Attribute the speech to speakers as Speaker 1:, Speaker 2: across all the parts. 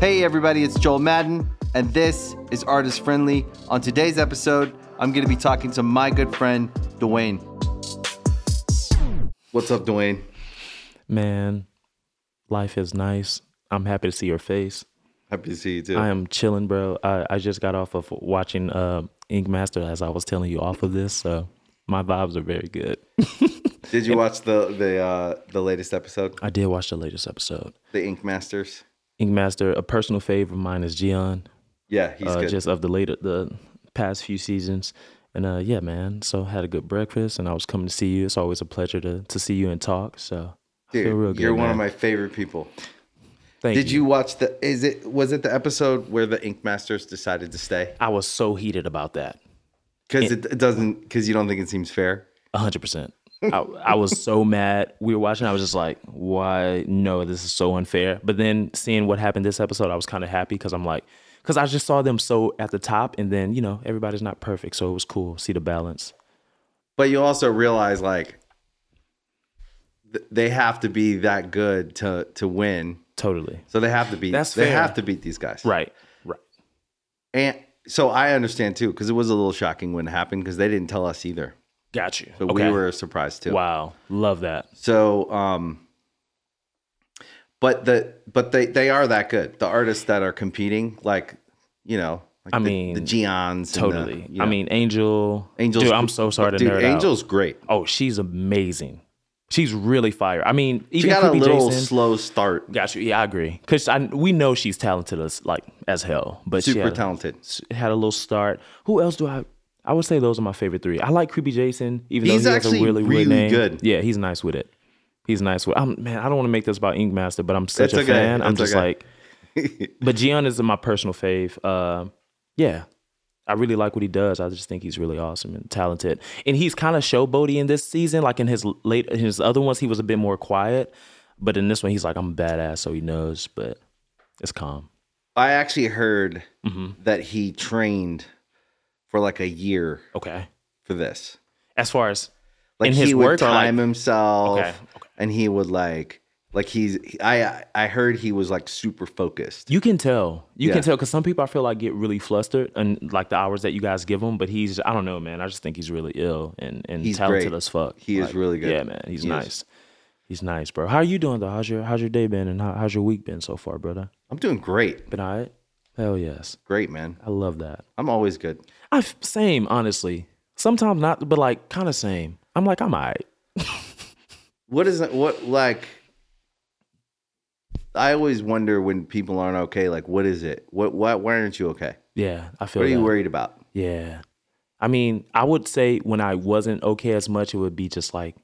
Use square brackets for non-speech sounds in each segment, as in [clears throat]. Speaker 1: Hey, everybody, it's Joel Madden, and this is Artist Friendly. On today's episode, I'm going to be talking to my good friend, Dwayne. What's up, Dwayne?
Speaker 2: Man, life is nice. I'm happy to see your face.
Speaker 1: Happy to see you too.
Speaker 2: I am chilling, bro. I, I just got off of watching uh, Ink Master as I was telling you off of this, so my vibes are very good.
Speaker 1: Did you watch the the uh, the latest episode,
Speaker 2: I did watch the latest episode.
Speaker 1: the Ink Masters?
Speaker 2: Ink Master, a personal favorite of mine is Gian,
Speaker 1: Yeah, he's
Speaker 2: uh,
Speaker 1: good.
Speaker 2: just of the later the past few seasons. And uh, yeah, man. So had a good breakfast, and I was coming to see you. It's always a pleasure to to see you and talk. So I
Speaker 1: Dude,
Speaker 2: feel real good.
Speaker 1: you're one of
Speaker 2: man.
Speaker 1: my favorite people.
Speaker 2: Thank
Speaker 1: Did you watch the? Is it was it the episode where the Ink Masters decided to stay?
Speaker 2: I was so heated about that.
Speaker 1: Because it, it doesn't. Because you don't think it seems fair.
Speaker 2: A hundred percent. I, I
Speaker 1: [laughs]
Speaker 2: was so mad. We were watching. I was just like, "Why? No, this is so unfair." But then seeing what happened this episode, I was kind of happy because I'm like, because I just saw them so at the top, and then you know everybody's not perfect, so it was cool. See the balance.
Speaker 1: But you also realize like th- they have to be that good to to win.
Speaker 2: Totally.
Speaker 1: So they have to beat.
Speaker 2: That's
Speaker 1: they
Speaker 2: fair.
Speaker 1: have to beat these guys.
Speaker 2: Right. Right.
Speaker 1: And so I understand too because it was a little shocking when it happened because they didn't tell us either.
Speaker 2: Got you.
Speaker 1: So we were surprised too.
Speaker 2: Wow. Love that.
Speaker 1: So um but the but they they are that good. The artists that are competing like, you know, like
Speaker 2: I
Speaker 1: the,
Speaker 2: mean,
Speaker 1: the Gions and the,
Speaker 2: Totally.
Speaker 1: you know.
Speaker 2: I mean, Angel.
Speaker 1: Angel's
Speaker 2: Dude, I'm so sorry to
Speaker 1: Dude,
Speaker 2: nerd
Speaker 1: Angel's great.
Speaker 2: out. Oh, she's amazing. She's really fire. I mean,
Speaker 1: She
Speaker 2: even
Speaker 1: got a
Speaker 2: Creepy
Speaker 1: little
Speaker 2: Jason-
Speaker 1: slow start.
Speaker 2: Got you. Yeah, I agree. Cause I we know she's talented as like as hell, but she
Speaker 1: Super
Speaker 2: had,
Speaker 1: talented.
Speaker 2: a, had a little start. Who else do I? I would say those are my favorite three. I like Creepy Jason, even
Speaker 1: He's
Speaker 2: though he
Speaker 1: actually
Speaker 2: has a really,
Speaker 1: really
Speaker 2: weird name.
Speaker 1: good.
Speaker 2: Yeah, he's nice with it. He's nice with. I'm man. I don't want to make this about Ink Master, but I'm such
Speaker 1: That's
Speaker 2: a
Speaker 1: okay.
Speaker 2: fan. I'm
Speaker 1: That's
Speaker 2: just
Speaker 1: okay.
Speaker 2: like.
Speaker 1: [laughs]
Speaker 2: but Gian is my personal fave. Uh, yeah, I really like what he does. I just think he's really awesome and talented. And he's kind of showboaty in this season. Like in his late, in his other ones, he was a bit more quiet. But in this one, he's like, I'm a badass, so he knows. But it's calm.
Speaker 1: I actually heard
Speaker 2: Mm-hmm.
Speaker 1: that he trained for like a year
Speaker 2: Okay.
Speaker 1: for this.
Speaker 2: As far as
Speaker 1: Like
Speaker 2: in
Speaker 1: he
Speaker 2: his
Speaker 1: would
Speaker 2: work, or like,
Speaker 1: time himself
Speaker 2: Okay, okay.
Speaker 1: and he would like like he's I I heard he was like super focused.
Speaker 2: you can tell, you
Speaker 1: Yeah.
Speaker 2: can tell, because some people I feel like get really flustered and like the hours that you guys give him. But he's, I don't know, man. I just think he's really ill and and
Speaker 1: He's
Speaker 2: talented
Speaker 1: great.
Speaker 2: as fuck.
Speaker 1: He is
Speaker 2: Like,
Speaker 1: really good.
Speaker 2: Yeah, man. He's
Speaker 1: He is.
Speaker 2: nice. He's nice, bro. How are you doing though? How's your How's your day been? And how, how's your week been so far, brother?
Speaker 1: I'm doing great.
Speaker 2: Been all right? Hell yes.
Speaker 1: Great, man.
Speaker 2: I love that.
Speaker 1: I'm always good.
Speaker 2: I f- same, honestly. Sometimes not, but like kind of same. I'm like, I'm all right.
Speaker 1: What is it? What like? I always wonder when people aren't okay. Like, what is it? What? Why? Why aren't you okay?
Speaker 2: Yeah, I feel
Speaker 1: What are you
Speaker 2: that.
Speaker 1: worried about?
Speaker 2: Yeah. I mean, I would say when I wasn't okay as much, it would be just like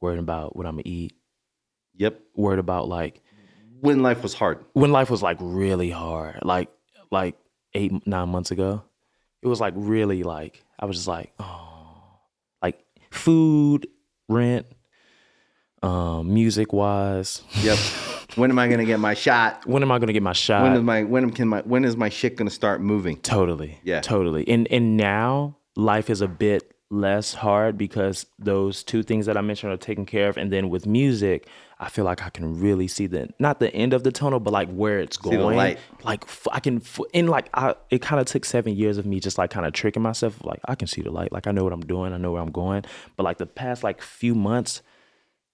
Speaker 2: worrying about what I'm gonna eat,
Speaker 1: Yep.
Speaker 2: worried about like
Speaker 1: When life was hard.
Speaker 2: when life was like really hard, like like eight nine months ago, it was like really like I was just like oh, like food, rent, um, music wise. [laughs]
Speaker 1: Yep. when am I gonna get my shot?
Speaker 2: When am I gonna get my shot?
Speaker 1: When is my? When can my? When is my shit gonna start moving?
Speaker 2: Totally.
Speaker 1: Yeah.
Speaker 2: Totally. And and now life is a bit less hard because those two things that I mentioned are taken care of. And then with music, I feel like I can really see the not the end of the tunnel, but like where it's
Speaker 1: the
Speaker 2: going.
Speaker 1: light.
Speaker 2: Like f- I can f- and like I it kind of took seven years of me just like kind of tricking myself. Like I can see the light. Like I know what I'm doing. I know where I'm going. But like the past like few months.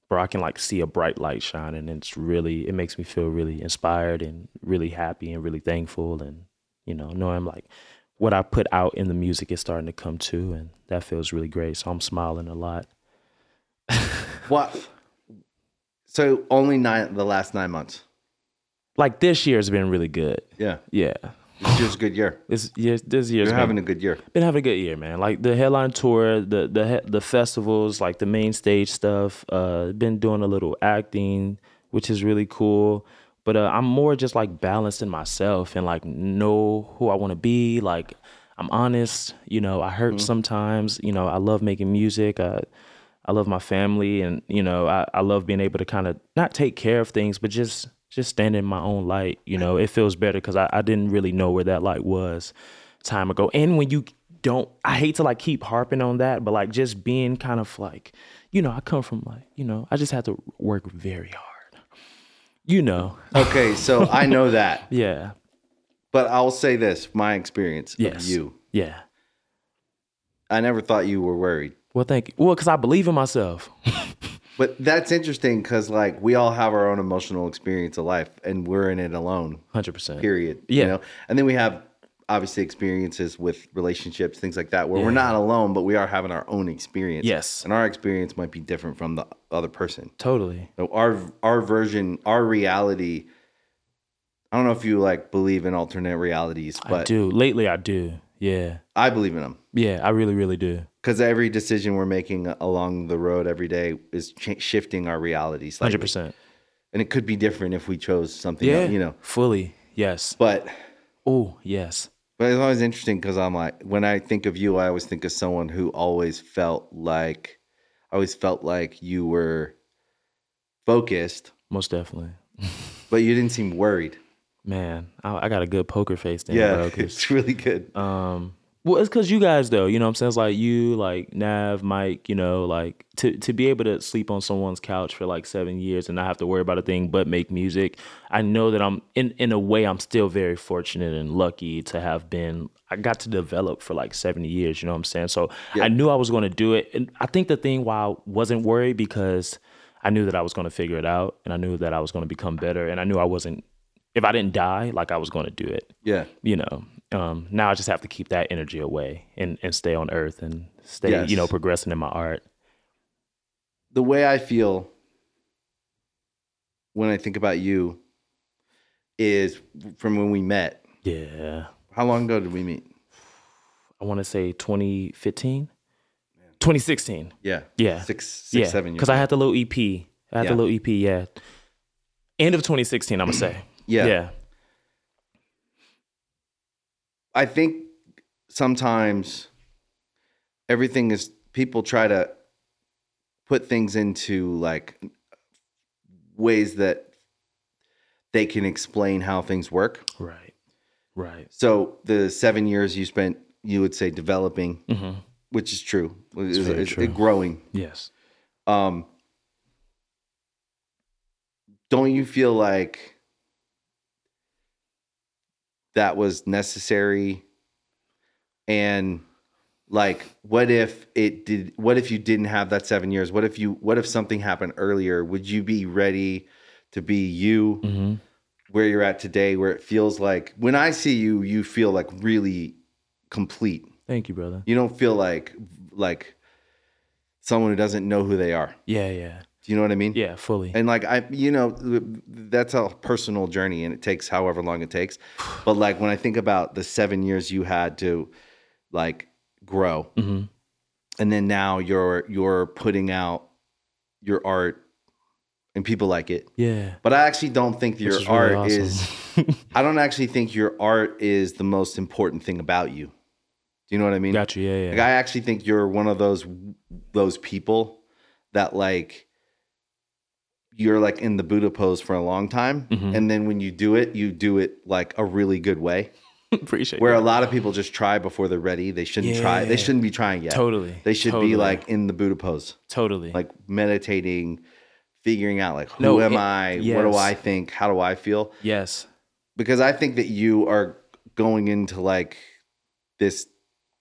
Speaker 2: Bro, I can like see a bright light shine, and it's really it makes me feel really inspired and really happy and really thankful and you know knowing like what i put out in the music is starting to come to and that feels really great so i'm smiling a lot
Speaker 1: What? So only nine. The last nine months.
Speaker 2: like this year's been really good
Speaker 1: Yeah.
Speaker 2: yeah
Speaker 1: It's just a good year.
Speaker 2: this year this year's
Speaker 1: You're
Speaker 2: been,
Speaker 1: having a good year.
Speaker 2: been having a good year man like the headline tour the the he- the festivals like the main stage stuff uh been doing a little acting which is really cool but uh, i'm more just like balancing myself and like know who i want to be like i'm honest you know i hurt sometimes you know i love making music uh I love my family and you know I, I love being able to kind of not take care of things but just just stand in my own light you know it feels better because I, I didn't really know where that light was time ago and when you don't I hate to like keep harping on that but like just being kind of like you know I come from like you know I just had to work very hard you know
Speaker 1: Okay, so I know that.
Speaker 2: yeah
Speaker 1: But I'll say this, my experience of
Speaker 2: Yes.
Speaker 1: you.
Speaker 2: Yeah.
Speaker 1: I never thought you were worried.
Speaker 2: Well, thank you. Well, because I believe in myself.
Speaker 1: But that's interesting because like we all have our own emotional experience of life and we're in it alone.
Speaker 2: 100%.
Speaker 1: Period.
Speaker 2: Yeah.
Speaker 1: You know? And then we have obviously experiences with relationships, things like that, where we're
Speaker 2: Yeah.
Speaker 1: not alone, but we are having our own experience.
Speaker 2: Yes.
Speaker 1: And our experience might be different from the other person.
Speaker 2: Totally.
Speaker 1: So our our version, our reality. I don't know if you like believe in alternate realities,
Speaker 2: I
Speaker 1: but
Speaker 2: do. Lately, I do. Yeah.
Speaker 1: I believe in them
Speaker 2: Yeah. I really, really do.
Speaker 1: because every decision we're making along the road every day is ch- shifting our realities. Like,
Speaker 2: 100%.
Speaker 1: and it could be different if we chose something,
Speaker 2: Yeah.
Speaker 1: else, you know.
Speaker 2: Fully. Yes.
Speaker 1: But
Speaker 2: Oh, yes.
Speaker 1: but it's always interesting because I'm like, when I think of you, I always think of someone who always felt like, I always felt like you were focused,
Speaker 2: Most definitely.
Speaker 1: but you didn't seem worried.
Speaker 2: Man, I, I got a good poker face thing,
Speaker 1: Yeah,
Speaker 2: bro.
Speaker 1: [laughs]
Speaker 2: 'cause,
Speaker 1: it's really good.
Speaker 2: um, well, it's because you guys, though, you know what I'm saying? It's like you, like Nav, Mike, you know, like to, to be able to sleep on someone's couch for like seven years and not have to worry about a thing but make music. I know that I'm, in, in a way, I'm still very fortunate and lucky to have been, I got to develop for like 70 years, you know what I'm saying? So I knew I was going to do it. And I think the thing why I wasn't worried because I knew that I was going to figure it out and I knew that I was going to become better and I knew I wasn't, if I didn't die, like I was going to do it
Speaker 1: yeah.
Speaker 2: you know, um, now I just have to keep that energy away and, and stay on earth and stay,
Speaker 1: Yes.
Speaker 2: you know, progressing in my art.
Speaker 1: the way I feel when I think about you is from when we met.
Speaker 2: Yeah.
Speaker 1: How long ago did we meet?
Speaker 2: I want to say 2015, 2016.
Speaker 1: Yeah.
Speaker 2: Yeah.
Speaker 1: Six, six,
Speaker 2: yeah.
Speaker 1: seven years.
Speaker 2: Cause I had the little EP. I had
Speaker 1: Yeah.
Speaker 2: the little EP. Yeah. End of 2016, I'm gonna say.
Speaker 1: [clears throat] yeah.
Speaker 2: Yeah.
Speaker 1: I think sometimes everything is people try to put things into like ways that they can explain how things work.
Speaker 2: Right. Right.
Speaker 1: So the seven years you spent, you would say developing,
Speaker 2: hmm
Speaker 1: which is true. It's,
Speaker 2: very
Speaker 1: it's-
Speaker 2: true.
Speaker 1: growing.
Speaker 2: Yes.
Speaker 1: um don't you feel like that was necessary and like what if it did what if you didn't have that 7 years what if you what if something happened earlier would you be ready to be you
Speaker 2: hmm
Speaker 1: where you're at today where it feels like when i see you you feel like really complete
Speaker 2: Thank you, brother.
Speaker 1: you don't feel like like someone who doesn't know who they are
Speaker 2: Yeah. Yeah.
Speaker 1: do you know what i mean
Speaker 2: Yeah. Fully.
Speaker 1: and like I, you know, th- that's a personal journey, and it takes however long it takes. But like when I think about the seven years you had to like grow,
Speaker 2: hmm
Speaker 1: and then now you're you're putting out your art, and people like it.
Speaker 2: Yeah.
Speaker 1: But I actually don't think
Speaker 2: Which
Speaker 1: your
Speaker 2: is
Speaker 1: art
Speaker 2: really awesome.
Speaker 1: is. I don't actually think your art is the most important thing about you. Do you know what I mean?
Speaker 2: [laughs] Got you. Yeah. Yeah.
Speaker 1: Like I actually think you're one of those those people that like you're like in the Buddha pose for a long time,
Speaker 2: Mhm.
Speaker 1: and then when you do it, you do it like a really good way.
Speaker 2: [laughs] Appreciate
Speaker 1: Where
Speaker 2: that.
Speaker 1: a lot of people just try before they're ready. They shouldn't try. They
Speaker 2: Yeah.
Speaker 1: shouldn't be trying yet.
Speaker 2: Totally.
Speaker 1: They should
Speaker 2: Totally.
Speaker 1: be like in the Buddha pose,
Speaker 2: totally.
Speaker 1: like meditating, figuring out like who
Speaker 2: No,
Speaker 1: am
Speaker 2: it-
Speaker 1: I? What do
Speaker 2: yes.
Speaker 1: I think? How do I feel?
Speaker 2: yes.
Speaker 1: because I think that you are going into like this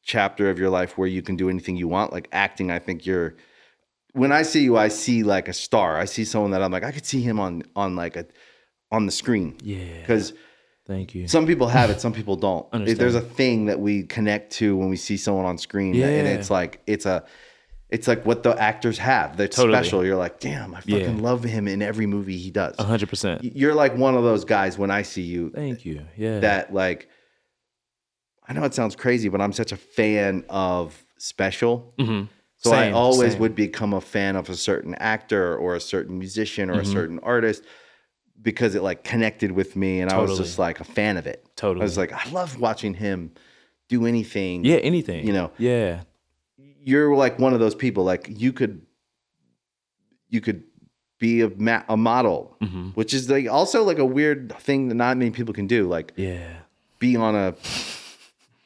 Speaker 1: chapter of your life where you can do anything you want. Like acting, I think you're when I see you, I see like a star. I see someone that I'm like, I could see him on on like a on the screen.
Speaker 2: Yeah.
Speaker 1: Because
Speaker 2: Thank you.
Speaker 1: some people have it, some people don't.
Speaker 2: Understand.
Speaker 1: There's a thing that we connect to when we see someone on screen. And
Speaker 2: Yeah.
Speaker 1: it's like it's a it's like what the actors have. They're
Speaker 2: Totally.
Speaker 1: special. You're like, damn, I
Speaker 2: Yeah. Uh-huh.
Speaker 1: fucking love him in every movie he does.
Speaker 2: hundred percent.
Speaker 1: You're like one of those guys when I see you
Speaker 2: Thank you. Yeah.
Speaker 1: that like I know it sounds crazy, but I'm such a fan of special.
Speaker 2: Mhm.
Speaker 1: So I
Speaker 2: Same,
Speaker 1: always
Speaker 2: same.
Speaker 1: would become a fan of a certain actor or a certain musician or
Speaker 2: Mm-hmm.
Speaker 1: a certain artist because it like connected with me and I was
Speaker 2: Totally.
Speaker 1: just like a fan of it.
Speaker 2: Totally.
Speaker 1: I was like, I love watching him do anything.
Speaker 2: yeah. Anything.
Speaker 1: you know.
Speaker 2: Yeah.
Speaker 1: You're like one of those people like you could you could be a ma- a model,
Speaker 2: Mhm.
Speaker 1: which is like also like a weird thing that not many people can do. Like
Speaker 2: Yeah.
Speaker 1: be on a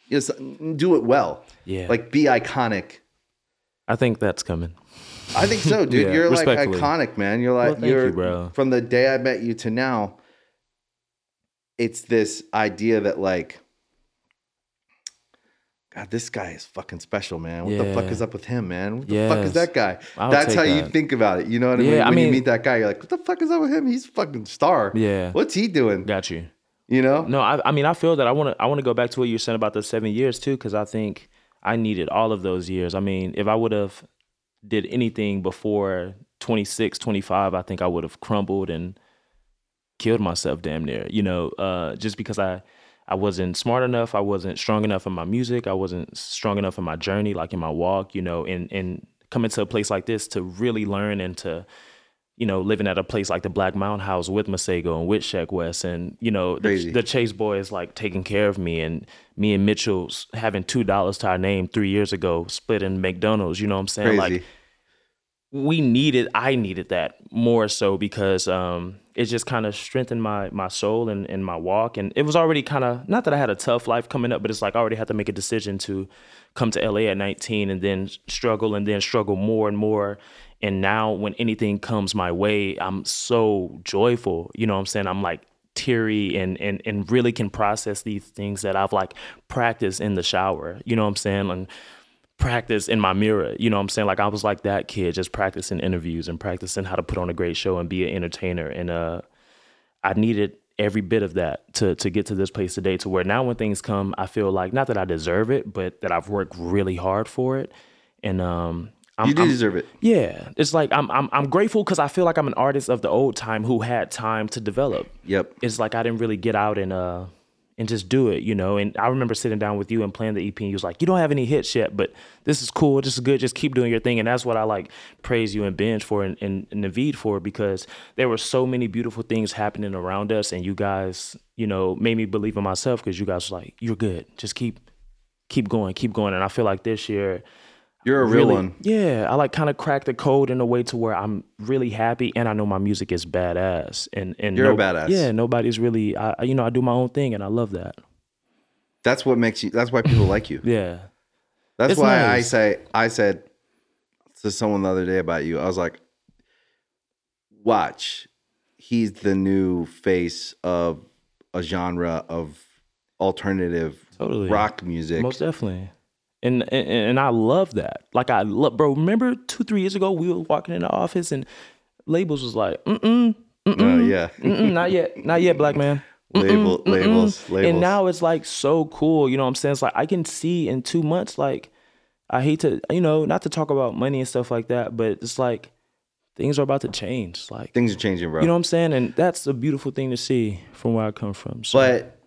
Speaker 1: just do it well
Speaker 2: Yeah.
Speaker 1: like be iconic
Speaker 2: I think that's coming.
Speaker 1: i think so dude
Speaker 2: Yeah,
Speaker 1: you're like
Speaker 2: respectfully.
Speaker 1: iconic man you're
Speaker 2: Well,
Speaker 1: like
Speaker 2: thank
Speaker 1: you're
Speaker 2: you, bro.
Speaker 1: from the day i met you to now it's this idea that like God, this guy is fucking special, man. What the fuck
Speaker 2: Yeah.
Speaker 1: is up with him, man? What the fuck
Speaker 2: Yes.
Speaker 1: is that guy?
Speaker 2: I would
Speaker 1: That's
Speaker 2: take
Speaker 1: how you
Speaker 2: that.
Speaker 1: think about it. You know what I mean?
Speaker 2: Yeah, I
Speaker 1: when you
Speaker 2: mean-
Speaker 1: meet that guy, you're like, what the fuck is up with him? He's a fucking star.
Speaker 2: Yeah.
Speaker 1: What's he doing?
Speaker 2: Got you.
Speaker 1: You know?
Speaker 2: No, I, I mean, I feel that I want to. I want to go back to what you were saying about the seven years too, because I think I needed all of those years. I mean, if I would have did anything before 26, 25, I think I would have crumbled and killed myself damn near. You know, uh, just because I I wasn't smart enough, I wasn't strong enough in my music, I wasn't strong enough in my journey, like in my walk. You know, and and coming to a place like this to really learn and to you know, living at a place like the Black Mountain House with Masego and with Sheck West, and you know,
Speaker 1: Crazy.
Speaker 2: the, the Chase Boys like taking care of me, and me and Mitchell's having two dollars to our name three years ago, splitting McDonald's. You know what I'm saying?
Speaker 1: Crazy.
Speaker 2: Like we needed, I needed that more so because um, it just kind of strengthened my my soul and, and my walk, and it was already kind of not that I had a tough life coming up, but it's like I already had to make a decision to come to LA at 19 and then struggle and then struggle more and more. And now when anything comes my way, I'm so joyful. You know what I'm saying? I'm like teary and and and really can process these things that I've like practiced in the shower. You know what I'm saying? And practice in my mirror. You know what I'm saying? Like I was like that kid, just practicing interviews and practicing how to put on a great show and be an entertainer. And uh I needed every bit of that to to get to this place today to where now when things come, I feel like not that I deserve it, but that I've worked really hard for it. And um I'm,
Speaker 1: you do
Speaker 2: I'm-
Speaker 1: deserve it.
Speaker 2: yeah, it's like I'm I'm I'm grateful because I feel like I'm an artist of the old time who had time to develop
Speaker 1: Yep.
Speaker 2: it's like I didn't really get out and uh and just do it, you know. And I remember sitting down with you and playing the EP, and you was like, "You don't have any hits yet, but this is cool. This is good. Just keep doing your thing." And that's what I like praise you and Benj for and, and Naveed for because there were so many beautiful things happening around us, and you guys, you know, made me believe in myself because you guys were like, "You're good. Just keep keep going, keep going." And I feel like this year,
Speaker 1: You're a real
Speaker 2: really-
Speaker 1: one.
Speaker 2: Yeah, I like kind of cracked the code in a way to where I'm really happy, and I know my music is badass. And and
Speaker 1: You're a badass.
Speaker 2: Yeah, nobody's really. I I- you know I do my own thing, and I love that.
Speaker 1: That's what makes you that's why people like you.
Speaker 2: Yeah,
Speaker 1: That's
Speaker 2: It's
Speaker 1: why I
Speaker 2: nice.
Speaker 1: say I said to someone the other day about you. I was like, watch, he's the new face of a genre of alternative
Speaker 2: Totally.
Speaker 1: rock music.
Speaker 2: most definitely. And, and and I love that. Like I love, bro. Remember two three years ago, we were walking in the office, and labels was like, mm mm,
Speaker 1: Oh, yeah,
Speaker 2: mm, not yet, not yet, black man.
Speaker 1: label labels labels.
Speaker 2: And now it's like so cool. You know what I'm saying? It's like I can see in two months, like, I hate to, you know, not to talk about money and stuff like that, but it's like things are about to change. Like,
Speaker 1: things are changing, bro.
Speaker 2: you know what I'm saying? And that's a beautiful thing to see from where I come from. So,
Speaker 1: but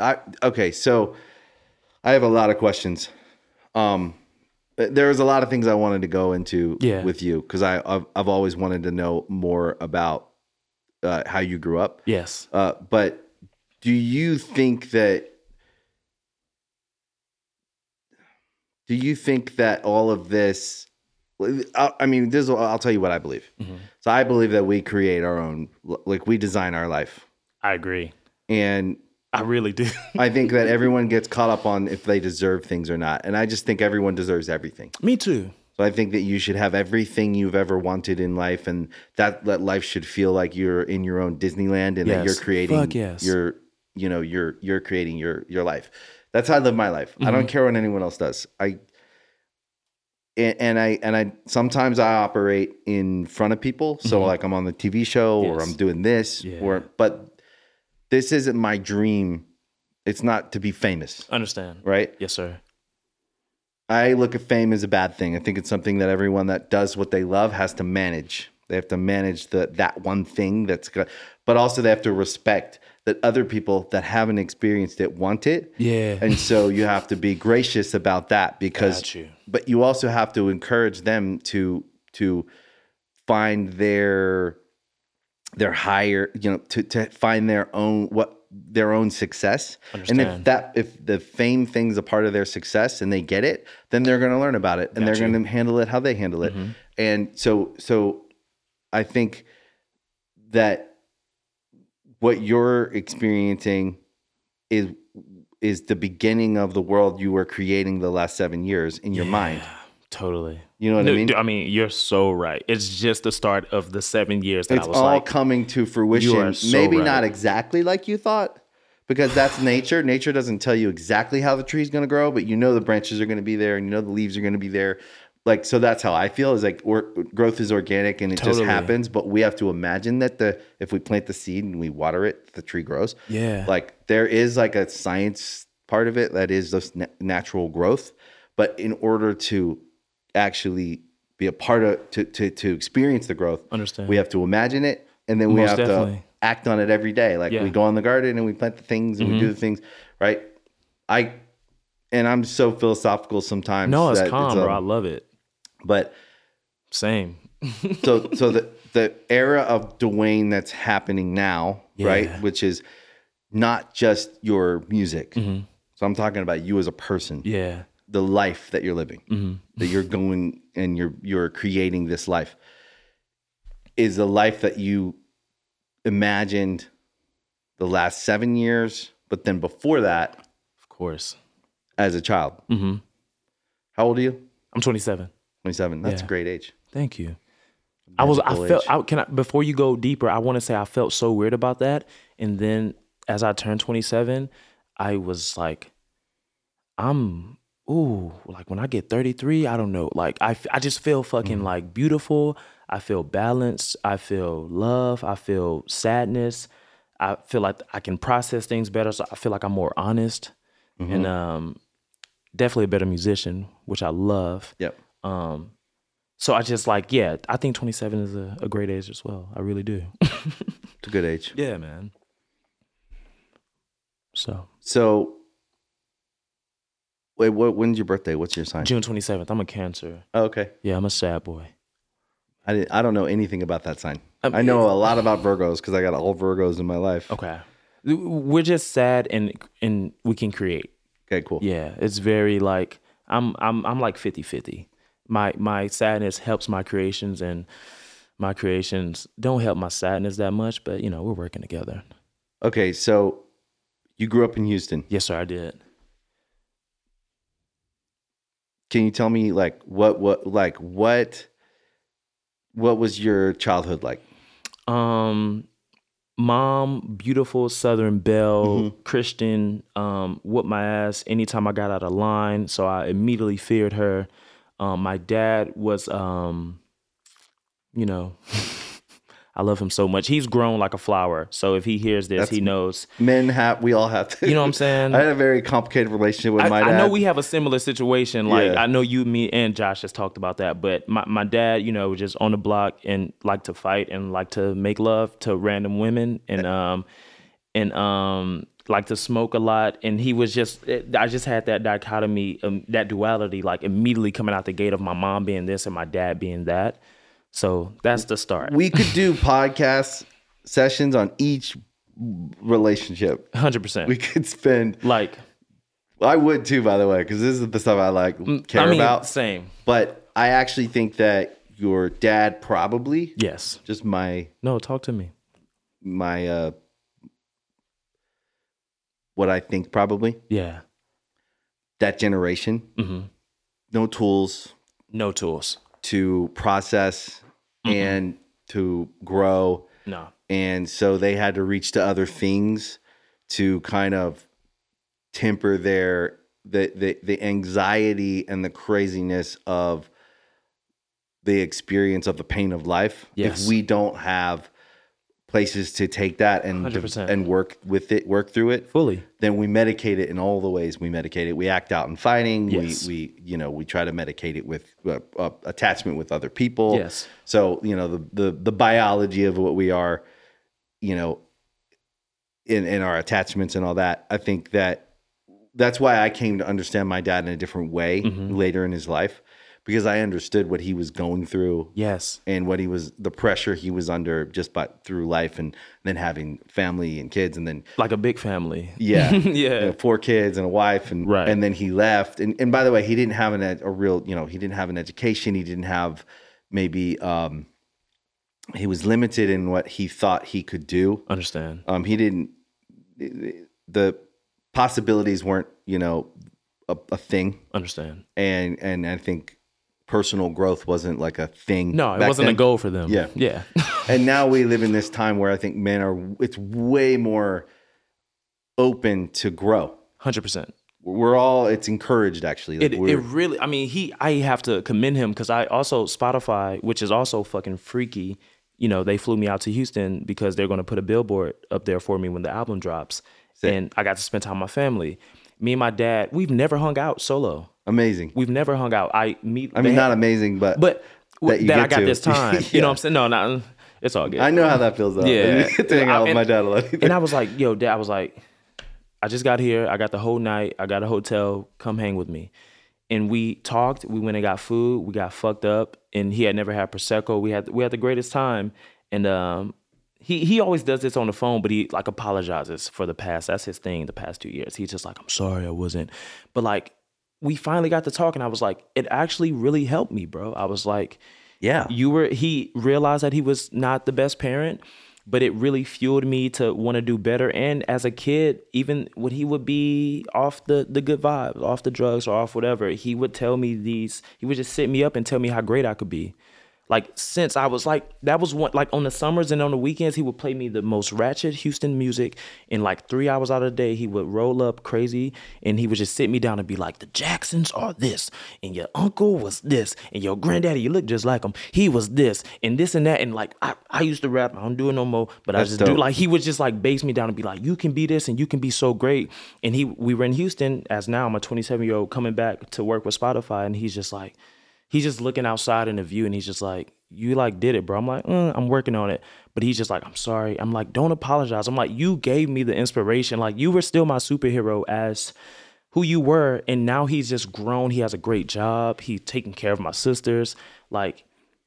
Speaker 1: I okay, so I have a lot of questions. Um there was a lot of things I wanted to go into
Speaker 2: Yeah.
Speaker 1: with you because I I've, I've always wanted to know more about uh, how you grew up.
Speaker 2: yes.
Speaker 1: Uh, but do you think that do you think that all of this? I I mean, this. is- I'll tell you what I believe. So I believe that we create our own, like we design our life,
Speaker 2: I agree.
Speaker 1: and
Speaker 2: I really do. [laughs]
Speaker 1: I think that everyone gets caught up on if they deserve things or not. And I just think everyone deserves everything.
Speaker 2: Me too.
Speaker 1: So I think that you should have everything you've ever wanted in life, and that that life should feel like you're in your own Disneyland, and that
Speaker 2: Yes.
Speaker 1: you're creating
Speaker 2: Fuck yes.
Speaker 1: your, you know, you're you're creating your your life. That's how I live my life. I
Speaker 2: Mm-hmm.
Speaker 1: don't care what anyone else does. I and, and I and I sometimes I operate in front of people. So like I'm on the TV show or
Speaker 2: Mm-hmm. Yes.
Speaker 1: I'm doing this
Speaker 2: Yeah.
Speaker 1: or but this isn't my dream. It's not to be famous,
Speaker 2: Understand.
Speaker 1: right?
Speaker 2: Yes, sir.
Speaker 1: I look at fame as a bad thing. I think it's something that everyone that does what they love has to manage. They have to manage the that one thing that's good, but also they have to respect that other people that haven't experienced it want it.
Speaker 2: Yeah.
Speaker 1: And so you have to be gracious about that because
Speaker 2: Got you.
Speaker 1: but you also have to encourage them to to find their their higher, you know, to to find their own what their own success. And if
Speaker 2: Understand.
Speaker 1: that if the fame thing's a part of their success and they get it, then they're going to learn about it and they're
Speaker 2: you.
Speaker 1: going to handle it how they handle it.
Speaker 2: Mm-hmm.
Speaker 1: And so so I think that what you're experiencing is is the beginning of the world you were creating the last 7 years in your mind.
Speaker 2: Totally.
Speaker 1: You know what I
Speaker 2: No,
Speaker 1: mean?
Speaker 2: dude, I mean, you're so right. It's just the start of the seven years that
Speaker 1: it's
Speaker 2: I was
Speaker 1: all
Speaker 2: like,
Speaker 1: coming to fruition.
Speaker 2: so
Speaker 1: Maybe
Speaker 2: right.
Speaker 1: not exactly like you thought, because that's nature. Nature doesn't tell you exactly how the tree's going to grow, but you know the branches are going to be there, and you know the leaves are going to be there. Like so, that's how I feel. Is like or, growth is organic and it just
Speaker 2: Totally.
Speaker 1: happens, but we have to imagine that the if we plant the seed and we water it, the tree grows.
Speaker 2: yeah,
Speaker 1: Like there is like a science part of it that is this na- natural growth, but in order to actually be a part of to to to experience the growth,
Speaker 2: understand.
Speaker 1: we have to imagine it and then we
Speaker 2: Most
Speaker 1: have to
Speaker 2: definitely.
Speaker 1: act on it every day. Like
Speaker 2: Yeah. Mm-hmm.
Speaker 1: we go in the garden and we plant the things and we do the things, right? I and I'm so philosophical sometimes.
Speaker 2: no, it's
Speaker 1: that
Speaker 2: calm, bro. I
Speaker 1: um,
Speaker 2: love it.
Speaker 1: But
Speaker 2: Same.
Speaker 1: so so the the era of Dwayne that's happening now, right? Which is not just your music. So I'm talking about you as a person,
Speaker 2: Yeah.
Speaker 1: the life that you're living, that you're going and you're you're creating this life is the life that you imagined the last seven years, but then before that
Speaker 2: Of course.
Speaker 1: as a child.
Speaker 2: Mhm.
Speaker 1: How old are you?
Speaker 2: I'm 27.
Speaker 1: 27. That's
Speaker 2: Yeah.
Speaker 1: a great age.
Speaker 2: Thank you. I was. I
Speaker 1: Magical
Speaker 2: felt.
Speaker 1: age.
Speaker 2: I, can I? Before you go deeper, I want to say I felt so weird about that. And then as I turned 27, I was like, I'm. Ooh, like when I get 33, I don't know. Like I, f- I just feel fucking like beautiful. I feel balanced. I feel love. I feel sadness. I feel like I can process things better. So I feel like I'm more honest, and um, definitely a better musician, which I love.
Speaker 1: Yep.
Speaker 2: Um, so I just like, yeah, I think 27 is a, a great age as well. I really do.
Speaker 1: It's a good age.
Speaker 2: [laughs] yeah, man. So
Speaker 1: So wait, what when's your birthday? What's your sign?
Speaker 2: June 27th, I'm a Cancer.
Speaker 1: Oh, okay.
Speaker 2: Yeah, I'm a sad boy.
Speaker 1: I didn't, I don't know anything about that sign.
Speaker 2: Um, Oh,
Speaker 1: I know a lot about Virgos because I got all Virgos in my life.
Speaker 2: Okay. We're just sad and and we can create.
Speaker 1: Okay, cool.
Speaker 2: Yeah, it's very like I'm I'm I'm like 50-50. My my sadness helps my creations and my creations don't help my sadness that much, but you know, we're working together.
Speaker 1: Okay, so you grew up in Houston.
Speaker 2: Yes, sir, I did.
Speaker 1: Can you tell me like what what like what what was your childhood like?
Speaker 2: um mom beautiful southern belle christian um whooped my ass anytime i got out of line so i immediately feared her um my dad was um you know [laughs] i love him so much he's grown like a flower so if he hears this he knows
Speaker 1: Men have we all have to.
Speaker 2: you know what i'm
Speaker 1: [laughs]
Speaker 2: saying
Speaker 1: I had a very complicated relationship with
Speaker 2: I,
Speaker 1: my
Speaker 2: I
Speaker 1: dad.
Speaker 2: know we have a similar situation. Like
Speaker 1: Yeah.
Speaker 2: I know you, me, and Josh has talked about that. But my, my dad, you know, was just on the block and liked to fight and liked to make love to random women
Speaker 1: Eh.
Speaker 2: and um and um liked to smoke a lot. And he was just it- I just had that dichotomy, um, that duality, like immediately coming out the gate of my mom being this and my dad being that. So that's the start.
Speaker 1: we could do podcast sessions on each relationship.
Speaker 2: Hundred
Speaker 1: We
Speaker 2: percent.
Speaker 1: could spend
Speaker 2: Like
Speaker 1: I would too, by the way, because this is the stuff I like care
Speaker 2: Mm, I mean,
Speaker 1: about.
Speaker 2: same.
Speaker 1: But I actually think that your dad probably
Speaker 2: Yes.
Speaker 1: just my
Speaker 2: No. Talk to me.
Speaker 1: my uh what I think probably
Speaker 2: Yeah.
Speaker 1: that generation,
Speaker 2: Mhm.
Speaker 1: no tools
Speaker 2: No tools.
Speaker 1: to process
Speaker 2: Mm-hmm.
Speaker 1: and to grow,
Speaker 2: No.
Speaker 1: and so they had to reach to other things to kind of temper their the the, the anxiety and the craziness of the experience of the pain of life
Speaker 2: Yes.
Speaker 1: if we don't have places to take that and
Speaker 2: 100%.
Speaker 1: and work with it work through it
Speaker 2: Fully.
Speaker 1: then we medicate it in all the ways we medicate it we act out in fighting
Speaker 2: Yes.
Speaker 1: we we you know we try to medicate it with uh, uh, attachment with other people
Speaker 2: Yes.
Speaker 1: so you know the the the biology of what we are, you know, in in our attachments and all that. I think that that's why I came to understand my dad in a different way
Speaker 2: Mm-hmm.
Speaker 1: later in his life because I understood what he was going through
Speaker 2: Yes.
Speaker 1: and what he was the pressure he was under just by through life and then having family and kids and then
Speaker 2: like a big family.
Speaker 1: yeah you know,
Speaker 2: [laughs] yeah.
Speaker 1: four kids and a wife and
Speaker 2: Right.
Speaker 1: and then he left and and by the way he didn't have an ed- a real you know he didn't have an education he didn't have maybe um he was limited in what he thought he could do
Speaker 2: Understand.
Speaker 1: um he didn't the possibilities weren't you know a, a thing
Speaker 2: Understand.
Speaker 1: and and I think personal growth wasn't like a thing.
Speaker 2: No, it
Speaker 1: back
Speaker 2: wasn't
Speaker 1: then.
Speaker 2: a goal for them.
Speaker 1: Yeah.
Speaker 2: Yeah. [laughs]
Speaker 1: And now we live in this time where I think men are it's way more open to grow.
Speaker 2: 100%.
Speaker 1: We're all it's encouraged actually. Like
Speaker 2: It, it
Speaker 1: we're-
Speaker 2: really, I mean, he, I have to commend him because I also, Spotify, which is also fucking freaky, you know, they flew me out to Houston because they're going to put a billboard up there for me when the album drops. And I got to spend time with my family. Me and my dad, we've never hung out solo.
Speaker 1: amazing.
Speaker 2: We've never hung out. I meet,
Speaker 1: I mean not amazing, but
Speaker 2: but
Speaker 1: that
Speaker 2: that,
Speaker 1: you
Speaker 2: I
Speaker 1: get
Speaker 2: got
Speaker 1: to.
Speaker 2: this
Speaker 1: [laughs]
Speaker 2: time.
Speaker 1: Yeah.
Speaker 2: You know what I'm saying? No, not, it's all good.
Speaker 1: I know how that feels though. [laughs]
Speaker 2: Yeah.
Speaker 1: You get to hang out with
Speaker 2: And-
Speaker 1: my dad a lot. [laughs]
Speaker 2: and I was like, yo, dad, I was like, I just got here. I got the whole night. I got a hotel. Come hang with me. And we talked. We went and got food. We got fucked up. And he had never had prosecco. We had we had the greatest time. And um, he he always does this on the phone, but he like apologizes for the past. That's his thing. The past two years, he's just like, I'm sorry, I wasn't. But like, we finally got to talk, and I was like, it actually really helped me, bro. I was like,
Speaker 1: yeah.
Speaker 2: you were he realized that he was not the best parent but it really fueled me to want to do better and as a kid even when he would be off the the good vibes off the drugs or off whatever he would tell me these he would just sit me up and tell me how great i could be like since i was like that was one like on the summers and on the weekends he would play me the most ratchet houston music in like three hours out of the day he would roll up crazy and he would just sit me down and be like the jacksons are this and your uncle was this and your granddaddy you look just like him he was this and this and that and like i, I used to rap i don't do it no more but i
Speaker 1: That's
Speaker 2: just do
Speaker 1: dope.
Speaker 2: like he would just like base me down and be like you can be this and you can be so great and he we were in houston as now i'm a 27 year old coming back to work with spotify and he's just like he's just looking outside in the view and he's just like you like did it bro i'm like "Mm, i'm working on it but he's just like i'm sorry i'm like don't apologize i'm like you gave me the inspiration like you were still my superhero as who you were and now he's just grown he has a great job he's taking care of my sisters like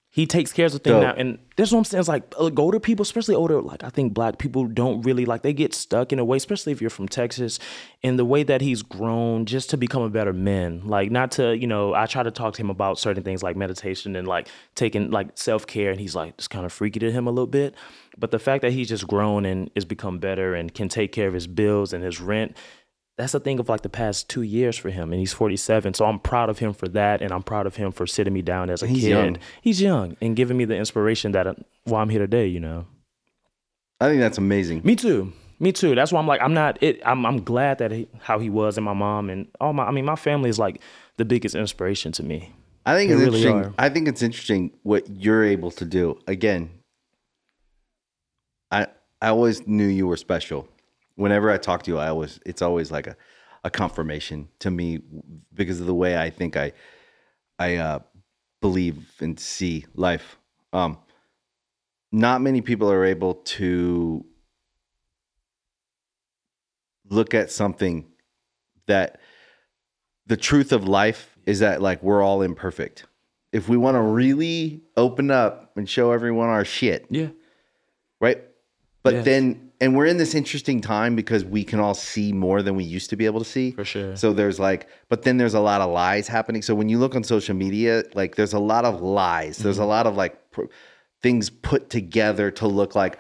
Speaker 2: he takes care of the thing
Speaker 1: Dope.
Speaker 2: now and that's what i'm saying it's like uh, older people especially older like i think black people don't really like they get stuck in a way especially if you're from texas in the way that he's grown just to become a better man like not to you know i try to talk to him about certain things like meditation and like taking like self-care and he's like it's kind of freaky to him a little bit but the fact that he's just grown and is become better and can take care of his bills and his rent that's the thing of like the past two years for him, and he's 47. So I'm proud of him for that, and I'm proud of him for sitting me down as a
Speaker 1: He's
Speaker 2: kid.
Speaker 1: young.
Speaker 2: He's young and giving me the inspiration that uh, why I'm here today. You know,
Speaker 1: I think that's amazing.
Speaker 2: me too, me too. That's why I'm like I'm not. It, I'm I'm glad that he, how he was and my mom and all my. I mean, my family is like the biggest inspiration to me.
Speaker 1: I think
Speaker 2: They
Speaker 1: it's
Speaker 2: really
Speaker 1: interesting.
Speaker 2: are.
Speaker 1: I think it's interesting what you're able to do. Again, I I always knew you were special. Whenever I talk to you, I always it's always like a, a confirmation to me because of the way I think I I uh, believe and see life. Um, not many people are able to look at something that the truth of life is that like we're all imperfect. If we want to really open up and show everyone our shit,
Speaker 2: Yeah,
Speaker 1: right? But
Speaker 2: Yes.
Speaker 1: then and we're in this interesting time because we can all see more than we used to be able to see.
Speaker 2: for sure.
Speaker 1: So there's like, but then there's a lot of lies happening. So when you look on social media, like there's a lot of lies. There's a
Speaker 2: Mm-hmm.
Speaker 1: lot of like pr- things put together to look like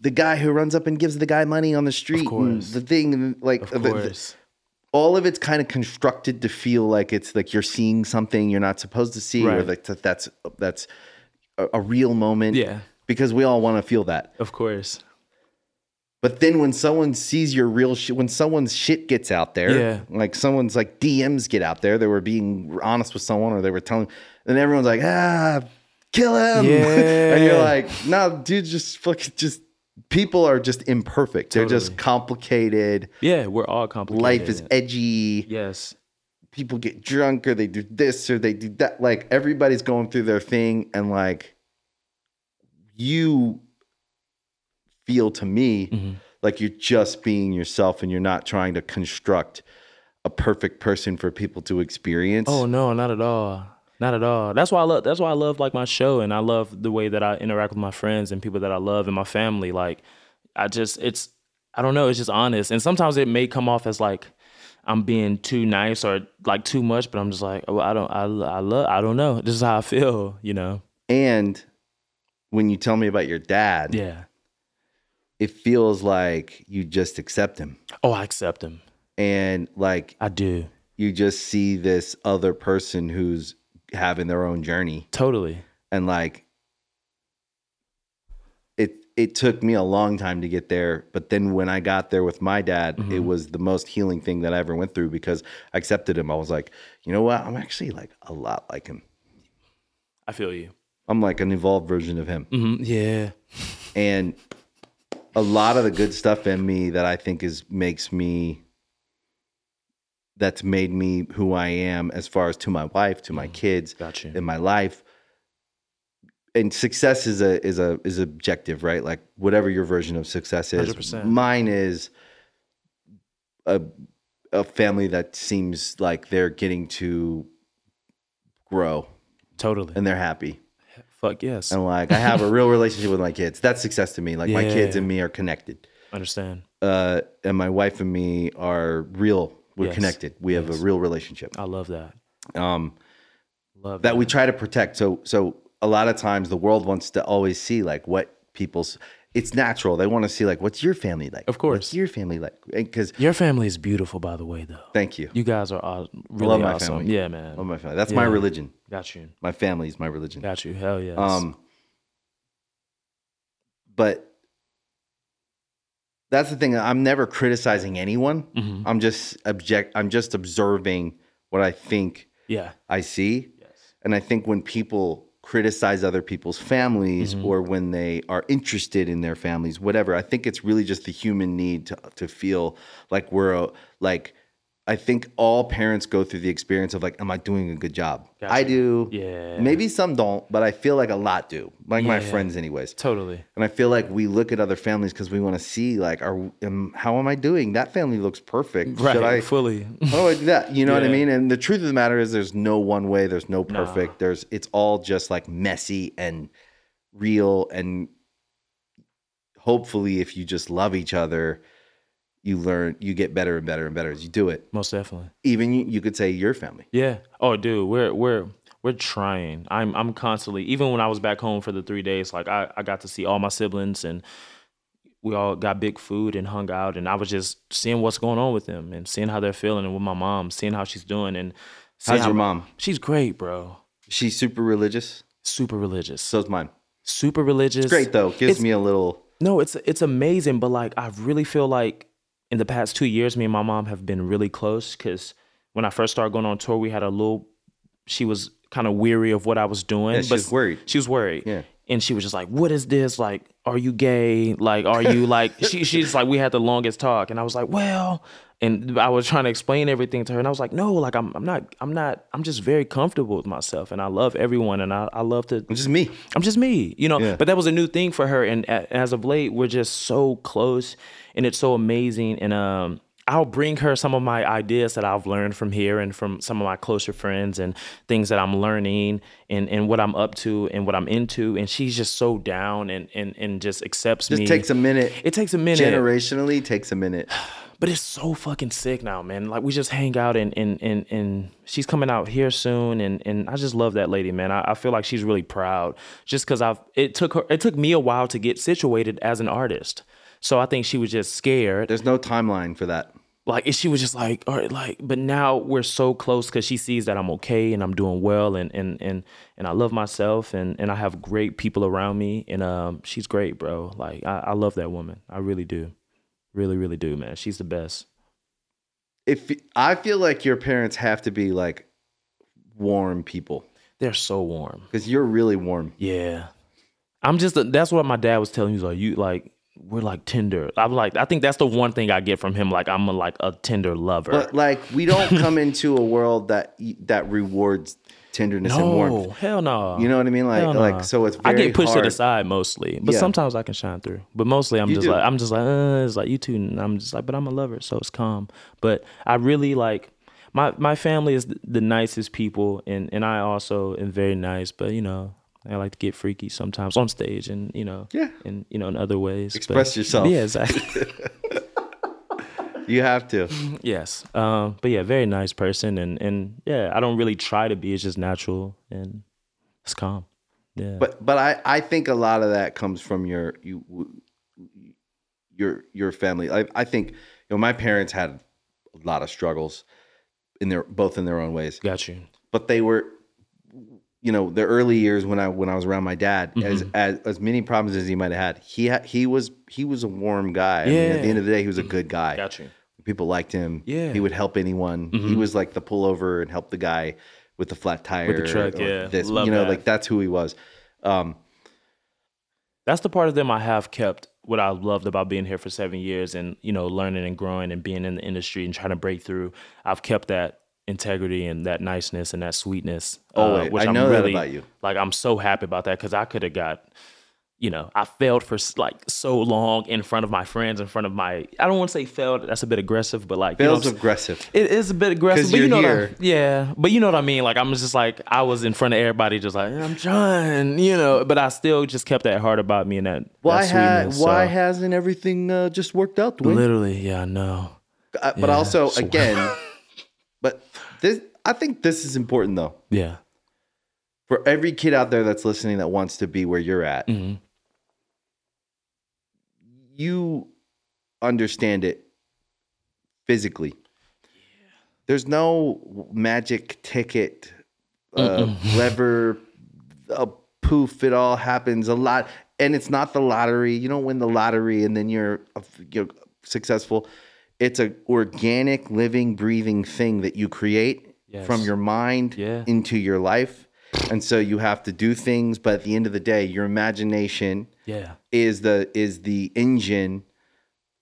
Speaker 1: the guy who runs up and gives the guy money on the street, and
Speaker 2: course.
Speaker 1: the thing, and, like
Speaker 2: of
Speaker 1: the- the-
Speaker 2: course,
Speaker 1: all of it's kind of constructed to feel like it's like you're seeing something you're not supposed to see, or
Speaker 2: Right.
Speaker 1: like that, that's that's a, a real moment.
Speaker 2: Yeah.
Speaker 1: because we all want to feel that.
Speaker 2: of course.
Speaker 1: But then when someone sees your real shit, when someone's shit gets out there,
Speaker 2: Yeah.
Speaker 1: like someone's like DMs get out there, they were being honest with someone or they were telling, and everyone's like, ah, kill him. [laughs] and you're
Speaker 2: Yeah.
Speaker 1: like, no, dude, just fucking just people are just imperfect. They're just
Speaker 2: Totally.
Speaker 1: complicated.
Speaker 2: Yeah, we're all complicated.
Speaker 1: Life is edgy.
Speaker 2: yes,
Speaker 1: People get drunk or they do this or they do that. Like everybody's going through their thing and like you feel to me
Speaker 2: Mhm.
Speaker 1: like you're just being yourself and you're not trying to construct a perfect person for people to experience.
Speaker 2: Oh no, not at all. Not at all. That's why I love that's why I love like my show and I love the way that I interact with my friends and people that I love and my family. Like I just it's I don't know, it's just honest. And sometimes it may come off as like I'm being too nice or like too much, but I'm just like, oh, I don't I I love I don't know. This is how I feel, you know.
Speaker 1: And when you tell me about your dad,
Speaker 2: Yeah.
Speaker 1: it feels like you just accept him
Speaker 2: Oh, I accept him.
Speaker 1: and like
Speaker 2: I do.
Speaker 1: you just see this other person who's having their own journey
Speaker 2: Totally.
Speaker 1: and like it it took me a long time to get there but then when i got there with my dad it was the most healing thing that i ever went through because i accepted him i was like you know what i'm actually like a lot like him
Speaker 2: I feel you.
Speaker 1: i'm like an evolved version of him
Speaker 2: hmm Yeah.
Speaker 1: and a lot of the good stuff in me that i think is makes me that's made me who i am as far as to my wife to my kids
Speaker 2: Gotcha.
Speaker 1: in my life and success is a is a is objective right like whatever your version of success is
Speaker 2: 100%.
Speaker 1: mine is a a family that seems like they're getting to grow
Speaker 2: Totally.
Speaker 1: and they're happy
Speaker 2: Fuck yes.
Speaker 1: and like i have a
Speaker 2: [laughs]
Speaker 1: real relationship with my kids that's success to me like my kids
Speaker 2: Yeah.
Speaker 1: and me are connected
Speaker 2: Understand.
Speaker 1: uh and my wife and me are real we're
Speaker 2: Yes. Oh.
Speaker 1: connected we have a real relationship
Speaker 2: I love that.
Speaker 1: um
Speaker 2: Love
Speaker 1: that we try to protect. So so a lot of times the world wants to always see like what people's it's natural. They want to see like what's your family like?
Speaker 2: Of course.
Speaker 1: What's your family like? Because
Speaker 2: Your family is beautiful, by the way, though.
Speaker 1: thank you.
Speaker 2: You guys are aw- really
Speaker 1: my
Speaker 2: awesome.
Speaker 1: family. Um,
Speaker 2: Yeah, man.
Speaker 1: Love my family. That's my
Speaker 2: Yeah.
Speaker 1: religion.
Speaker 2: Got you.
Speaker 1: My family is my religion.
Speaker 2: Got you. Hell yes.
Speaker 1: Um but that's the thing. I'm never criticizing anyone.
Speaker 2: Mhm.
Speaker 1: I'm just object I'm just observing what I think
Speaker 2: Yeah.
Speaker 1: I see.
Speaker 2: Yes.
Speaker 1: And I think when people criticize other people's families
Speaker 2: Mm-hmm.
Speaker 1: or when they are interested in their families, whatever, I think it's really just the human need to to feel like we're a, like I think all parents go through the experience of like, am I doing a good job? I
Speaker 2: Gotcha.
Speaker 1: do.
Speaker 2: Yeah.
Speaker 1: Maybe some don't, but I feel like a lot do. Like my
Speaker 2: Yeah.
Speaker 1: friends, anyways.
Speaker 2: Totally.
Speaker 1: And I feel like we look at other families because we want to see like, are am, how am I doing? That family looks perfect.
Speaker 2: [laughs]
Speaker 1: [laughs]
Speaker 2: Right.
Speaker 1: Should I
Speaker 2: Fully.
Speaker 1: how do I do Oh, that? You know what I
Speaker 2: Yeah.
Speaker 1: mean? And the truth of the matter is there's no one way, there's no perfect. There's it's all just like messy and real and hopefully if you just love each other, you learn you get better and better and better as you do it.
Speaker 2: Most definitely.
Speaker 1: Even you, you could say your family.
Speaker 2: Yeah. Oh, dude, we're we're we're trying. I'm I'm constantly. Even when I was back home for the three days, like I I got to see all my siblings and we all got big food and hung out and I was just seeing what's going on with them and seeing how they're feeling and with my mom, seeing how she's doing and seeing
Speaker 1: How's
Speaker 2: how-
Speaker 1: your mom?
Speaker 2: She's great, bro.
Speaker 1: She's super religious.
Speaker 2: Super religious.
Speaker 1: So's mine.
Speaker 2: Super religious.
Speaker 1: Great though. Gives
Speaker 2: it's-
Speaker 1: me a little
Speaker 2: No, it's it's amazing, but like I really feel like in the past two years, me and my mom have been really close because when I first started going on tour, we had a little. She was kind of weary of what I was doing.
Speaker 1: Yeah, she
Speaker 2: but
Speaker 1: was worried.
Speaker 2: She was worried.
Speaker 1: Yeah.
Speaker 2: And she was just like, "What is this? Like, are you gay? Like, are
Speaker 1: [laughs]
Speaker 2: you like?" she she's like, we had the longest talk, and I was like, "Well," and I was trying to explain everything to her, and I was like, "No, like I'm I'm not I'm not I'm just very comfortable with myself, and I love everyone, and I I love to
Speaker 1: just me.
Speaker 2: I'm just me, you know. But that was a new thing for her, and a- as of late, we're just so close, and it's so amazing. And um, I'll bring her some of my ideas that I've learned from here and from some of my closer friends, and things that I'm learning, and and what I'm up to, and what I'm into. And she's just so down, and and and just accepts me.
Speaker 1: It takes a minute.
Speaker 2: it takes a minute
Speaker 1: Generationally takes a minute.
Speaker 2: but it's so fucking sick now, man. Like we just hang out and and and and she's coming out here soon, and and I just love that lady, man. I, I feel like she's really proud just because I've it took her it took me a while to get situated as an artist. So I think she was just scared.
Speaker 1: There's no timeline for that.
Speaker 2: Like and she was just like, all right, like, but now we're so close because she sees that I'm okay and I'm doing well and and and and I love myself and and I have great people around me and um she's great, bro. Like I, I love that woman. I really do. Really, really do, man. She's the best.
Speaker 1: If I feel like your parents have to be like warm people.
Speaker 2: They're so warm.
Speaker 1: Because you're really warm.
Speaker 2: Yeah. I'm just that's what my dad was telling me. He's like, you like we're like Tinder. I'm like, I think that's the one thing I get from him. Like I'm a, like a Tinder lover.
Speaker 1: But like, we
Speaker 2: [laughs]
Speaker 1: don't come into a world that e, that rewards tenderness and warmth.
Speaker 2: no, hell no.
Speaker 1: Oh. You know what I mean? Like,
Speaker 2: Hell no.
Speaker 1: like so it's very
Speaker 2: I get pushed
Speaker 1: hard.
Speaker 2: to the side mostly, but
Speaker 1: Yeah.
Speaker 2: sometimes I can shine through. But mostly I'm
Speaker 1: You
Speaker 2: just
Speaker 1: do.
Speaker 2: like I'm just like uh, it's like you too. And I'm just like, but I'm a lover, so it's calm. But I really like my my family is th- the nicest people, and and I also am very nice. But you know, I like to get freaky sometimes on stage, and you know,
Speaker 1: Yeah.
Speaker 2: and you know, in other ways, But-
Speaker 1: Express yourself.
Speaker 2: Yeah, exactly. [laughs]
Speaker 1: You have to.
Speaker 2: Mm. yes, um, but yeah, very nice person, and and yeah, I don't really try to be. It's just natural, and it's calm. Yeah.
Speaker 1: But but I I think a lot of that comes from your you your your family. I I think you know my parents had a lot of struggles in their both in their own ways,
Speaker 2: Got you.
Speaker 1: but they were you know the early years when I when I was around my dad, as,
Speaker 2: Mm-hmm.
Speaker 1: as as many problems as he might have had, he ha- he was he was a warm guy. I mean, at the
Speaker 2: Yeah.
Speaker 1: end of the day, he was a good guy.
Speaker 2: Got you.
Speaker 1: People liked him.
Speaker 2: Yeah. Mm-hmm.
Speaker 1: he would help anyone. He was like the pullover and help the guy with the flat tire,
Speaker 2: truck,
Speaker 1: or
Speaker 2: yeah.
Speaker 1: this.
Speaker 2: Love
Speaker 1: you know,
Speaker 2: that.
Speaker 1: like that's who he was. Um,
Speaker 2: That's the part of them I have kept. What I loved about being here for seven years and you know learning and growing and being in the industry and trying to break through. I've kept that integrity and that niceness and that sweetness. uh,
Speaker 1: Always. I know that about you.
Speaker 2: Like I'm so happy about that because I could have got. You know, I failed for s- like so long in front of my friends, in front of my. I don't want to say failed. That's a bit aggressive, but like you know
Speaker 1: Bill's
Speaker 2: what I'm
Speaker 1: aggressive.
Speaker 2: It is a bit aggressive,
Speaker 1: 'Cause
Speaker 2: but you
Speaker 1: you're
Speaker 2: know,
Speaker 1: here.
Speaker 2: What I, yeah, but you know what I mean. Like I'm just like I was in front of everybody, just like I'm trying, you know. But I still just kept that heart about me and that.
Speaker 1: Why
Speaker 2: that
Speaker 1: ha-
Speaker 2: sweetness, uh,
Speaker 1: why
Speaker 2: so.
Speaker 1: hasn't everything uh, just worked out? Dwayne?
Speaker 2: Literally, yeah, I know.
Speaker 1: Uh, but also
Speaker 2: [laughs]
Speaker 1: again, but this I think this is important though
Speaker 2: Yeah,
Speaker 1: for every kid out there that's listening that wants to be where you're at.
Speaker 2: Mhm.
Speaker 1: You understand it physically. There's no magic ticket uh,
Speaker 2: [laughs]
Speaker 1: lever. A poof! It all happens a lot, and it's not the lottery. You don't win the lottery, and then you're uh, you're successful. It's a organic, living, breathing thing that you create
Speaker 2: Yes.
Speaker 1: from your mind
Speaker 2: Yeah.
Speaker 1: into your life. And so you have to do things, but at the end of the day, your imagination
Speaker 2: yeah,
Speaker 1: is the is the engine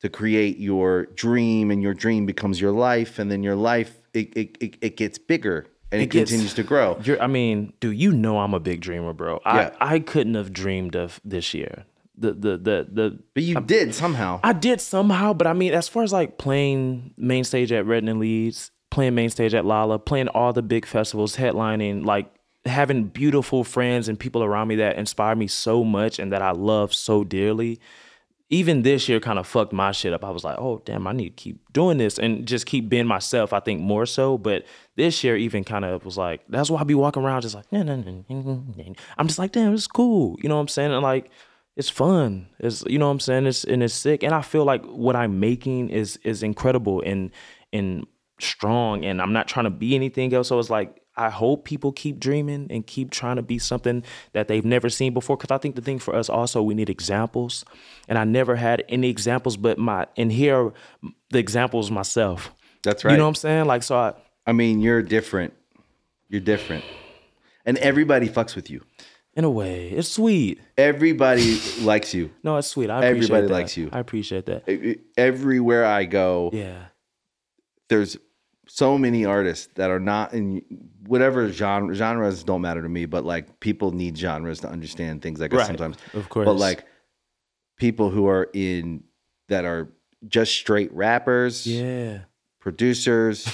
Speaker 1: to create your dream and your dream becomes your life and then your life it it, it, it gets bigger and it,
Speaker 2: It gets-
Speaker 1: continues to grow.
Speaker 2: You're, I mean, do you know I'm a big dreamer, bro? I
Speaker 1: Yeah.
Speaker 2: I couldn't have dreamed of this year. The the the the
Speaker 1: But you did somehow.
Speaker 2: I did somehow, but I mean, as far as like playing main stage at Redden and Leeds, playing main stage at Lala, playing all the big festivals, headlining, like having beautiful friends and people around me that inspire me so much and that I love so dearly. Even this year kind of fucked my shit up. I was like, oh, damn, I need to keep doing this and just keep being myself, I think more so. But this year, even kind of was like, that's why I be walking around just like, nah, nah, nah, nah, nah, nah. I'm just like, damn, it's cool. You know what I'm saying? And like, it's fun. It's you know what I'm saying. It's and it's sick. And I feel like what I'm making is is incredible and and strong. And I'm not trying to be anything else. So it's like I hope people keep dreaming and keep trying to be something that they've never seen before. Because I think the thing for us also we need examples. And I never had any examples, but my and here are the examples myself.
Speaker 1: That's
Speaker 2: You
Speaker 1: right.
Speaker 2: know what I'm saying? Like so. I,
Speaker 1: I mean, you're different. You're different. And everybody fucks with you.
Speaker 2: in a way, it's sweet.
Speaker 1: Everybody likes you.
Speaker 2: No, it's sweet. I appreciate
Speaker 1: Everybody
Speaker 2: that.
Speaker 1: likes you.
Speaker 2: I appreciate that.
Speaker 1: E- e- Everywhere I go,
Speaker 2: Yeah.
Speaker 1: there's so many artists that are not in whatever genre genres don't matter to me, but like people need genres to understand things, I guess
Speaker 2: Right.
Speaker 1: sometimes.
Speaker 2: Of course.
Speaker 1: But like people who are in that are just straight rappers,
Speaker 2: Yeah. [laughs]
Speaker 1: producers,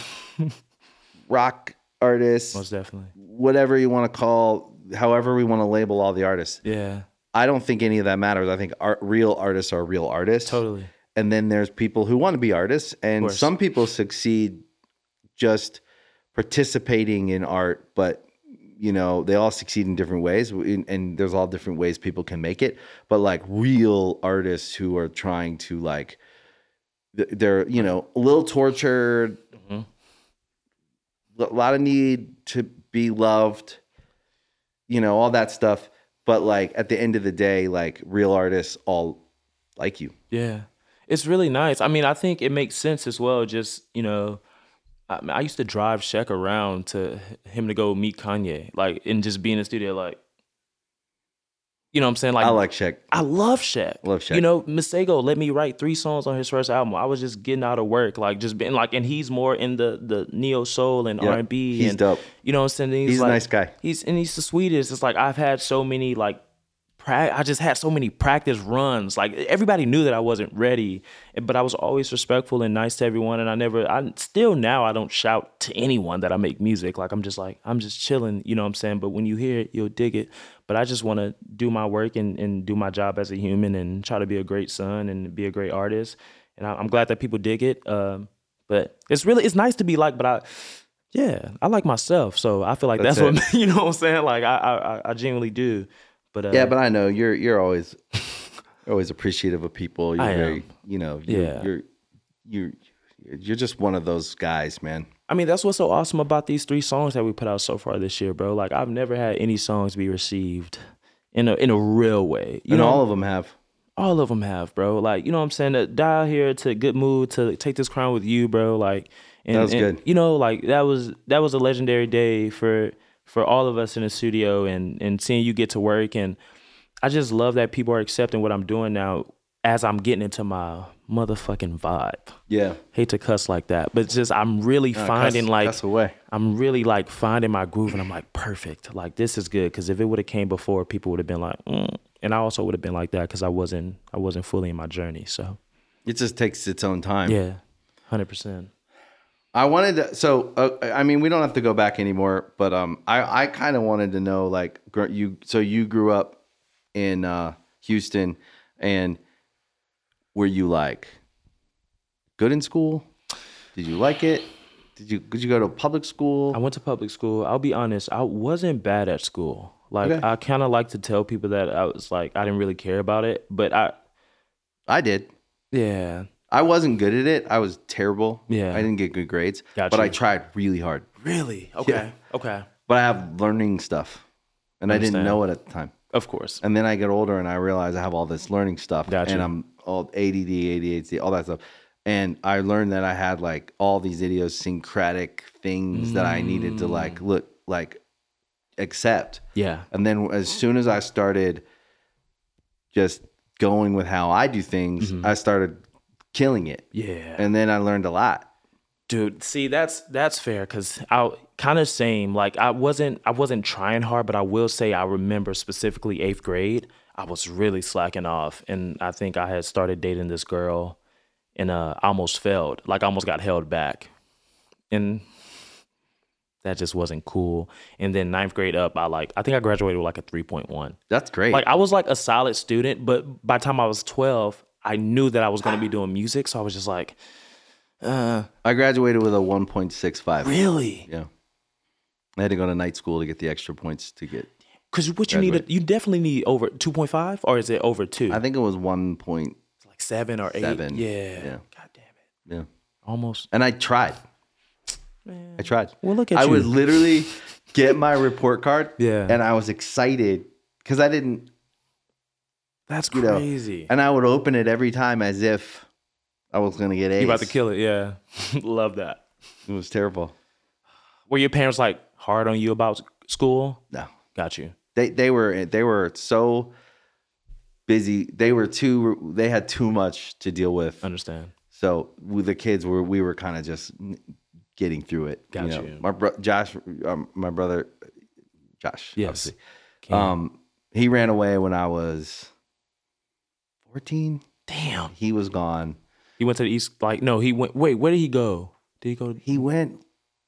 Speaker 1: rock artists,
Speaker 2: Most definitely.
Speaker 1: whatever you want to call however we want to label all the artists.
Speaker 2: Yeah.
Speaker 1: I don't think any of that matters. I think art, real artists are real artists
Speaker 2: Totally.
Speaker 1: and then there's people who want to be artists and
Speaker 2: course.
Speaker 1: some people succeed just participating in art but you know they all succeed in different ways and and there's all different ways people can make it but like real artists who are trying to like th- they're you know a little tortured
Speaker 2: Mm-hmm.
Speaker 1: a lot of need to be loved you know all that stuff but like at the end of the day like real artists all like you
Speaker 2: Yeah. It's really nice. I mean, I think it makes sense as well. Just, you know, I, I used to drive Shek around to him to go meet Kanye, like, and just be in the studio, like, you know what I'm saying? Like,
Speaker 1: i like check
Speaker 2: I love Shaq.
Speaker 1: Love Shaq.
Speaker 2: You know, Masego let me write three songs on his first album. I was just getting out of work, like just being like, and he's more in the the neo soul and
Speaker 1: Yeah,
Speaker 2: R and B.
Speaker 1: he's dope.
Speaker 2: You know what I'm saying?
Speaker 1: He's a
Speaker 2: like-
Speaker 1: nice guy.
Speaker 2: He's and he's the sweetest. It's like I've had so many like. pra- I just had so many practice runs. Like everybody knew that I wasn't ready, but I was always respectful and nice to everyone. And I never, I still now I don't shout to anyone that I make music. Like I'm just like I'm just chilling, you know what I'm saying. But when you hear it, you'll dig it. But I just want to do my work and and do my job as a human and try to be a great son and be a great artist. And I, I'm glad that people dig it. Um, but it's really it's nice to be like, but I. Yeah, I like myself, so I feel like that's,
Speaker 1: That's
Speaker 2: what [laughs] you know. what I'm saying like I, I, I- I genuinely do, but uh,
Speaker 1: Yeah, but I know you're you're always always appreciative of people. You're
Speaker 2: I am.
Speaker 1: very, you know, you're,
Speaker 2: Yeah.
Speaker 1: you're you're you're just one of those guys, man.
Speaker 2: I mean, that's what's so awesome about these three songs that we put out so far this year, bro. Like I've never had any songs be received in a in a real way. You
Speaker 1: and
Speaker 2: know,
Speaker 1: all of them have.
Speaker 2: all of them have, bro. Like you know what I'm saying. To dial here to good mood to take this crown with you, bro. Like and,
Speaker 1: That was
Speaker 2: and,
Speaker 1: good.
Speaker 2: You know, like that was that was a legendary day for for all of us in the studio and and seeing you get to work and I just love that people are accepting what I'm doing now as I'm getting into my motherfucking vibe
Speaker 1: Yeah.
Speaker 2: hate to cuss like that, but it's just I'm really finding
Speaker 1: cuss-
Speaker 2: like
Speaker 1: cuss away.
Speaker 2: I'm really like finding my groove, and I'm like perfect. Like this is good because if it would have came before, people would have been like, mm. and I also would have been like that because I wasn't I wasn't fully in my journey. So
Speaker 1: It just takes its own time.
Speaker 2: yeah, hundred percent.
Speaker 1: I wanted to, so uh, I mean we don't have to go back anymore, but um I I kind of wanted to know like gr- you so you grew up in uh Houston and were you like good in school? Did you like it? Did you did you go to public school?
Speaker 2: I went to public school. I'll be honest, I wasn't bad at school. Like
Speaker 1: Okay.
Speaker 2: I kind of like to tell people that I was like I didn't really care about it, but I
Speaker 1: I did.
Speaker 2: yeah
Speaker 1: I wasn't good at it. I was terrible.
Speaker 2: Yeah.
Speaker 1: I didn't get good grades.
Speaker 2: Got
Speaker 1: but I
Speaker 2: you.
Speaker 1: tried really hard.
Speaker 2: really okay okay
Speaker 1: But I have learning stuff. And I didn't
Speaker 2: Understand.
Speaker 1: know it at the time.
Speaker 2: of course
Speaker 1: And then I get older and I realize I have all this learning stuff.
Speaker 2: Gotcha.
Speaker 1: And I'm all ADD, ADHD, all that stuff. And I learned that I had like all these idiosyncratic things that I needed to
Speaker 2: Mm.
Speaker 1: like look like accept.
Speaker 2: yeah
Speaker 1: And then as soon as I started just going with how I do things,
Speaker 2: Mm-hmm.
Speaker 1: I started killing it.
Speaker 2: yeah
Speaker 1: And then I learned a lot.
Speaker 2: dude see that's that's fair because i kind of same like i wasn't i wasn't trying hard but i will say i remember specifically eighth grade i was really slacking off and i think i had started dating this girl and uh I almost failed like I almost got held back and that just wasn't cool and then ninth grade up i like i think i graduated with like a 3.1
Speaker 1: That's great.
Speaker 2: like I was like a solid student, but by the time I was 12, I knew that I was going to be doing music, so I was just like,
Speaker 1: I graduated with a 1.65.
Speaker 2: really?
Speaker 1: Yeah. I had to go to night school to get the extra points to get.
Speaker 2: Because what you need, you definitely need over 2.5 or is it over two?
Speaker 1: I think it was 1. Point,
Speaker 2: like seven or eight.
Speaker 1: Seven.
Speaker 2: Yeah.
Speaker 1: Yeah.
Speaker 2: God damn it.
Speaker 1: yeah.
Speaker 2: Almost.
Speaker 1: And I tried. I tried.
Speaker 2: Well, look at
Speaker 1: I
Speaker 2: you.
Speaker 1: would literally get my report card.
Speaker 2: [laughs] Yeah.
Speaker 1: And I was excited because I didn't,
Speaker 2: That's
Speaker 1: you know.
Speaker 2: crazy.
Speaker 1: And I would open it every time as if I was going to get A's.
Speaker 2: you about to kill it. Yeah. [laughs] Love that.
Speaker 1: It was terrible.
Speaker 2: Were your parents like hard on you about school?
Speaker 1: No.
Speaker 2: Got you.
Speaker 1: They, they were they were so busy. They were too they had too much to deal with.
Speaker 2: Understand.
Speaker 1: So with the kids, were we were kind of just getting through it.
Speaker 2: Got you.
Speaker 1: My bro- Josh, um, my brother, Josh.
Speaker 2: Yes.
Speaker 1: obviously.
Speaker 2: Can-
Speaker 1: Um, he ran away when I was fourteen.
Speaker 2: Damn.
Speaker 1: He was gone.
Speaker 2: He went to the East. Like, no, he went. Wait, where did he go? Did he go?
Speaker 1: He went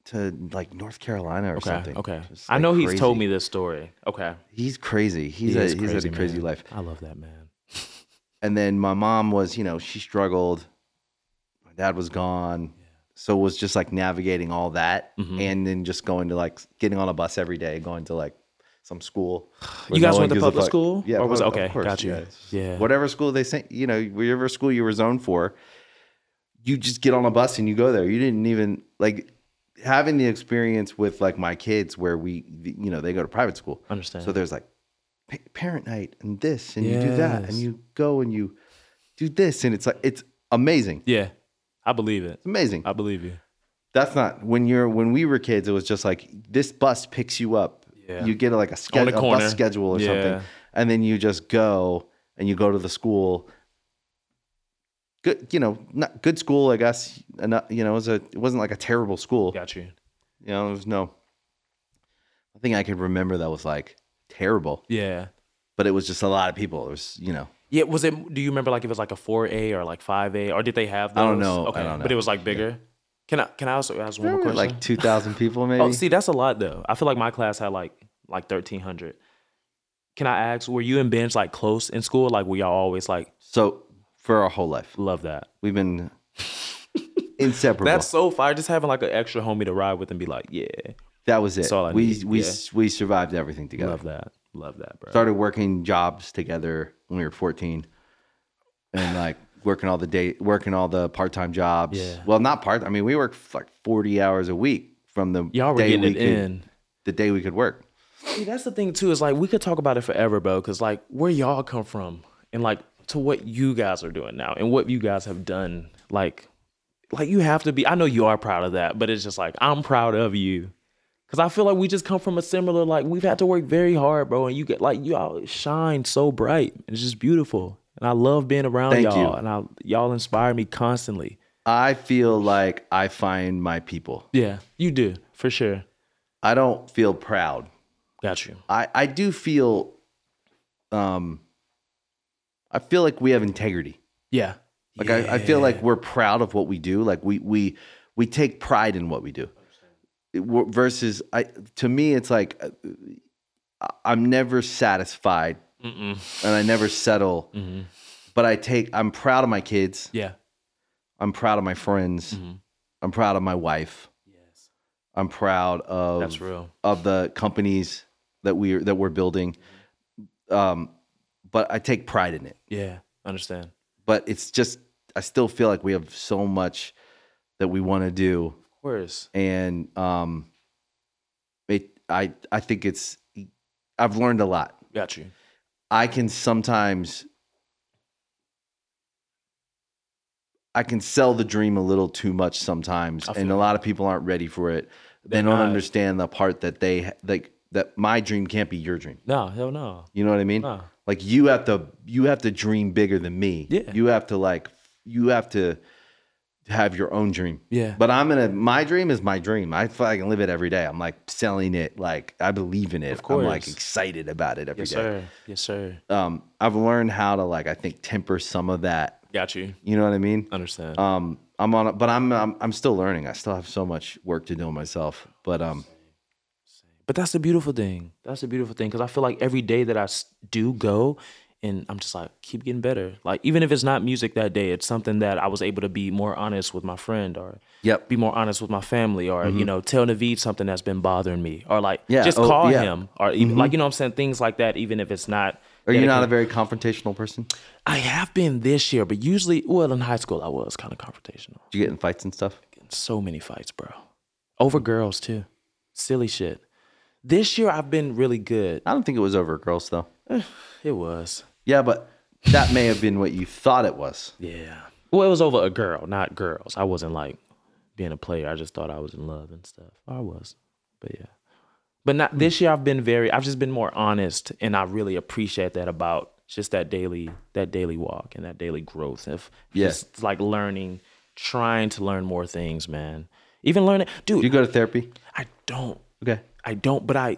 Speaker 1: to like North Carolina or
Speaker 2: Okay.
Speaker 1: something.
Speaker 2: Okay.
Speaker 1: Just,
Speaker 2: I
Speaker 1: like,
Speaker 2: know he's
Speaker 1: crazy.
Speaker 2: told me this story. Okay.
Speaker 1: he's crazy. He's
Speaker 2: He
Speaker 1: a,
Speaker 2: is
Speaker 1: he's had a
Speaker 2: man.
Speaker 1: crazy life.
Speaker 2: I love that man.
Speaker 1: and then my mom was you know she struggled my dad was gone so it was just like navigating all that
Speaker 2: Mm-hmm.
Speaker 1: and then just going to like getting on a bus every day going to like some
Speaker 2: [sighs]
Speaker 1: school where
Speaker 2: You guys
Speaker 1: one
Speaker 2: went to
Speaker 1: gives a
Speaker 2: public
Speaker 1: fuck.
Speaker 2: school?
Speaker 1: yeah
Speaker 2: Or was-
Speaker 1: public-
Speaker 2: okay,
Speaker 1: of course,
Speaker 2: got you.
Speaker 1: It's-
Speaker 2: Yeah.
Speaker 1: whatever school they sent you know whatever school you were zoned for you just get on a bus and you go there you didn't even like having the experience with like my kids where we you know they go to private school
Speaker 2: Understand.
Speaker 1: so there's like pa- parent night and this and you do that and
Speaker 2: Yes.
Speaker 1: you go and you do this and it's like it's amazing. It's
Speaker 2: Yeah. I believe it.
Speaker 1: amazing.
Speaker 2: I believe you.
Speaker 1: That's not when you're when we were kids. It was just like this bus picks you up.
Speaker 2: Yeah.
Speaker 1: You get like a,
Speaker 2: On
Speaker 1: ske-
Speaker 2: the
Speaker 1: a
Speaker 2: corner.
Speaker 1: bus schedule or
Speaker 2: Yeah.
Speaker 1: something, and then you just go and you go to the school. Good, you know, not good school. I guess, and not- you know, it was a it wasn't like a terrible school.
Speaker 2: Got you.
Speaker 1: You know, it was no. I think I could remember that was like terrible,
Speaker 2: Yeah.
Speaker 1: but it was just a lot of people. It was you know
Speaker 2: Yeah, was it? Do you remember like if it was like a four A or like five A, or did they have? Those?
Speaker 1: I don't know. I
Speaker 2: Okay,
Speaker 1: don't
Speaker 2: but
Speaker 1: know.
Speaker 2: it was like bigger. Can I? Can I also ask one more
Speaker 1: There were
Speaker 2: question?
Speaker 1: like 2,000 people, maybe.
Speaker 2: [laughs] oh, see, that's a lot though. I feel like my class had like like thirteen hundred. Can I ask? Were you and Benj like close in school? Like were y'all always like
Speaker 1: so, for our whole life,
Speaker 2: love that?
Speaker 1: we've
Speaker 2: [laughs]
Speaker 1: been inseparable.
Speaker 2: That's so fire. Just having like an extra homie to ride with and be like, yeah,
Speaker 1: that was it.
Speaker 2: that's all I
Speaker 1: we
Speaker 2: need,
Speaker 1: we
Speaker 2: yeah.
Speaker 1: we survived everything together.
Speaker 2: love that, love that, bro.
Speaker 1: Started working jobs together when we were 14. And like working all the day, working all the part time jobs.
Speaker 2: Yeah.
Speaker 1: Well, not part. I mean, we work like forty hours a week from the
Speaker 2: Y'all were
Speaker 1: day
Speaker 2: getting
Speaker 1: we
Speaker 2: it
Speaker 1: could,
Speaker 2: in.
Speaker 1: the day we could work.
Speaker 2: See, that's the thing too. Is like we could talk about it forever, bro. Because like where y'all come from, and like to what you guys are doing now, and what you guys have done, like, like you have to be. I know you are proud of that, but it's just like I'm proud of you. Cause I feel like we just come from a similar, like we've had to work very hard, bro. And you get like you all shine so bright. It's just beautiful, and I love being around
Speaker 1: Thank
Speaker 2: y'all.
Speaker 1: you.
Speaker 2: And I y'all inspire me constantly.
Speaker 1: I feel like I find my people.
Speaker 2: Yeah, you do for sure.
Speaker 1: I don't feel proud.
Speaker 2: Got you.
Speaker 1: I I do feel, um, I feel like we have integrity.
Speaker 2: Yeah.
Speaker 1: Like I, I feel like we're proud of what we do. Like we we we take pride in what we do. It- we're- Versus, I to me, it's like uh, I- I'm never satisfied,
Speaker 2: Mm-mm.
Speaker 1: and I never settle.
Speaker 2: Mhm.
Speaker 1: But I take. I'm proud of my kids.
Speaker 2: Yeah.
Speaker 1: I'm proud of my friends.
Speaker 2: Mhm.
Speaker 1: I'm proud of my wife.
Speaker 2: Yes.
Speaker 1: I'm proud of
Speaker 2: That's real.
Speaker 1: of the companies that we that we're building. Um, but I take pride in it.
Speaker 2: Yeah, understand.
Speaker 1: But it's just I still feel like we have so much that we want to do.
Speaker 2: Of course.
Speaker 1: and um, it I I think it's I've learned a lot.
Speaker 2: Got you.
Speaker 1: I can sometimes I can sell the dream a little too much sometimes,
Speaker 2: I feel
Speaker 1: and a
Speaker 2: that.
Speaker 1: lot of people aren't ready for it. They
Speaker 2: They're
Speaker 1: don't
Speaker 2: not.
Speaker 1: understand the part that they like that my dream can't be your dream.
Speaker 2: No, hell no.
Speaker 1: You know what I mean?
Speaker 2: No.
Speaker 1: Like you have to you have to dream bigger than me.
Speaker 2: Yeah.
Speaker 1: You have to like you have to have your own dream.
Speaker 2: Yeah.
Speaker 1: But I'm gonna. My dream is my dream. I fucking live it every day. I'm like selling it. Like I believe in it.
Speaker 2: Of course.
Speaker 1: I'm like excited about it every
Speaker 2: yes,
Speaker 1: day.
Speaker 2: sir. Yes, sir.
Speaker 1: Um, I've learned how to like I think temper some of that.
Speaker 2: Got you.
Speaker 1: You know what I mean?
Speaker 2: Understand.
Speaker 1: Um, I'm on. a- But I'm, I'm I'm still learning. I still have so much work to do myself. But um,
Speaker 2: but that's the beautiful thing. That's the beautiful thing because I feel like every day that I s- do go, and I'm just like keep getting better. Like even if it's not music that day, it's something that I was able to be more honest with my friend or
Speaker 1: Yep. Mm-hmm.
Speaker 2: be more honest with my family or you know tell Naveed something that's been bothering me or like
Speaker 1: Yeah,
Speaker 2: just
Speaker 1: oh,
Speaker 2: call
Speaker 1: yeah.
Speaker 2: him or even like you know what I'm saying things like that. Even if it's not.
Speaker 1: are you
Speaker 2: dedicated-
Speaker 1: not a very confrontational person? Do
Speaker 2: I have been this year, but usually, well, in high school, I was kind of confrontational.
Speaker 1: you get in fights and stuff?
Speaker 2: So many fights, bro. Over girls, too. Silly shit. This year, I've been really good.
Speaker 1: I don't think it was over girls though.
Speaker 2: It was.
Speaker 1: Yeah, but that may have been what you thought it was.
Speaker 2: Yeah. Well, it was over a girl, not girls. I wasn't like being a player. I just thought I was in love and stuff. I was. But yeah. But not this year I've been very I've just been more honest and I really appreciate that about just that daily that daily walk and that daily growth of
Speaker 1: Yeah.
Speaker 2: just like learning, trying to learn more things, man. Even learning dude,
Speaker 1: Do you go to therapy?
Speaker 2: I don't
Speaker 1: Okay.
Speaker 2: I don't, but I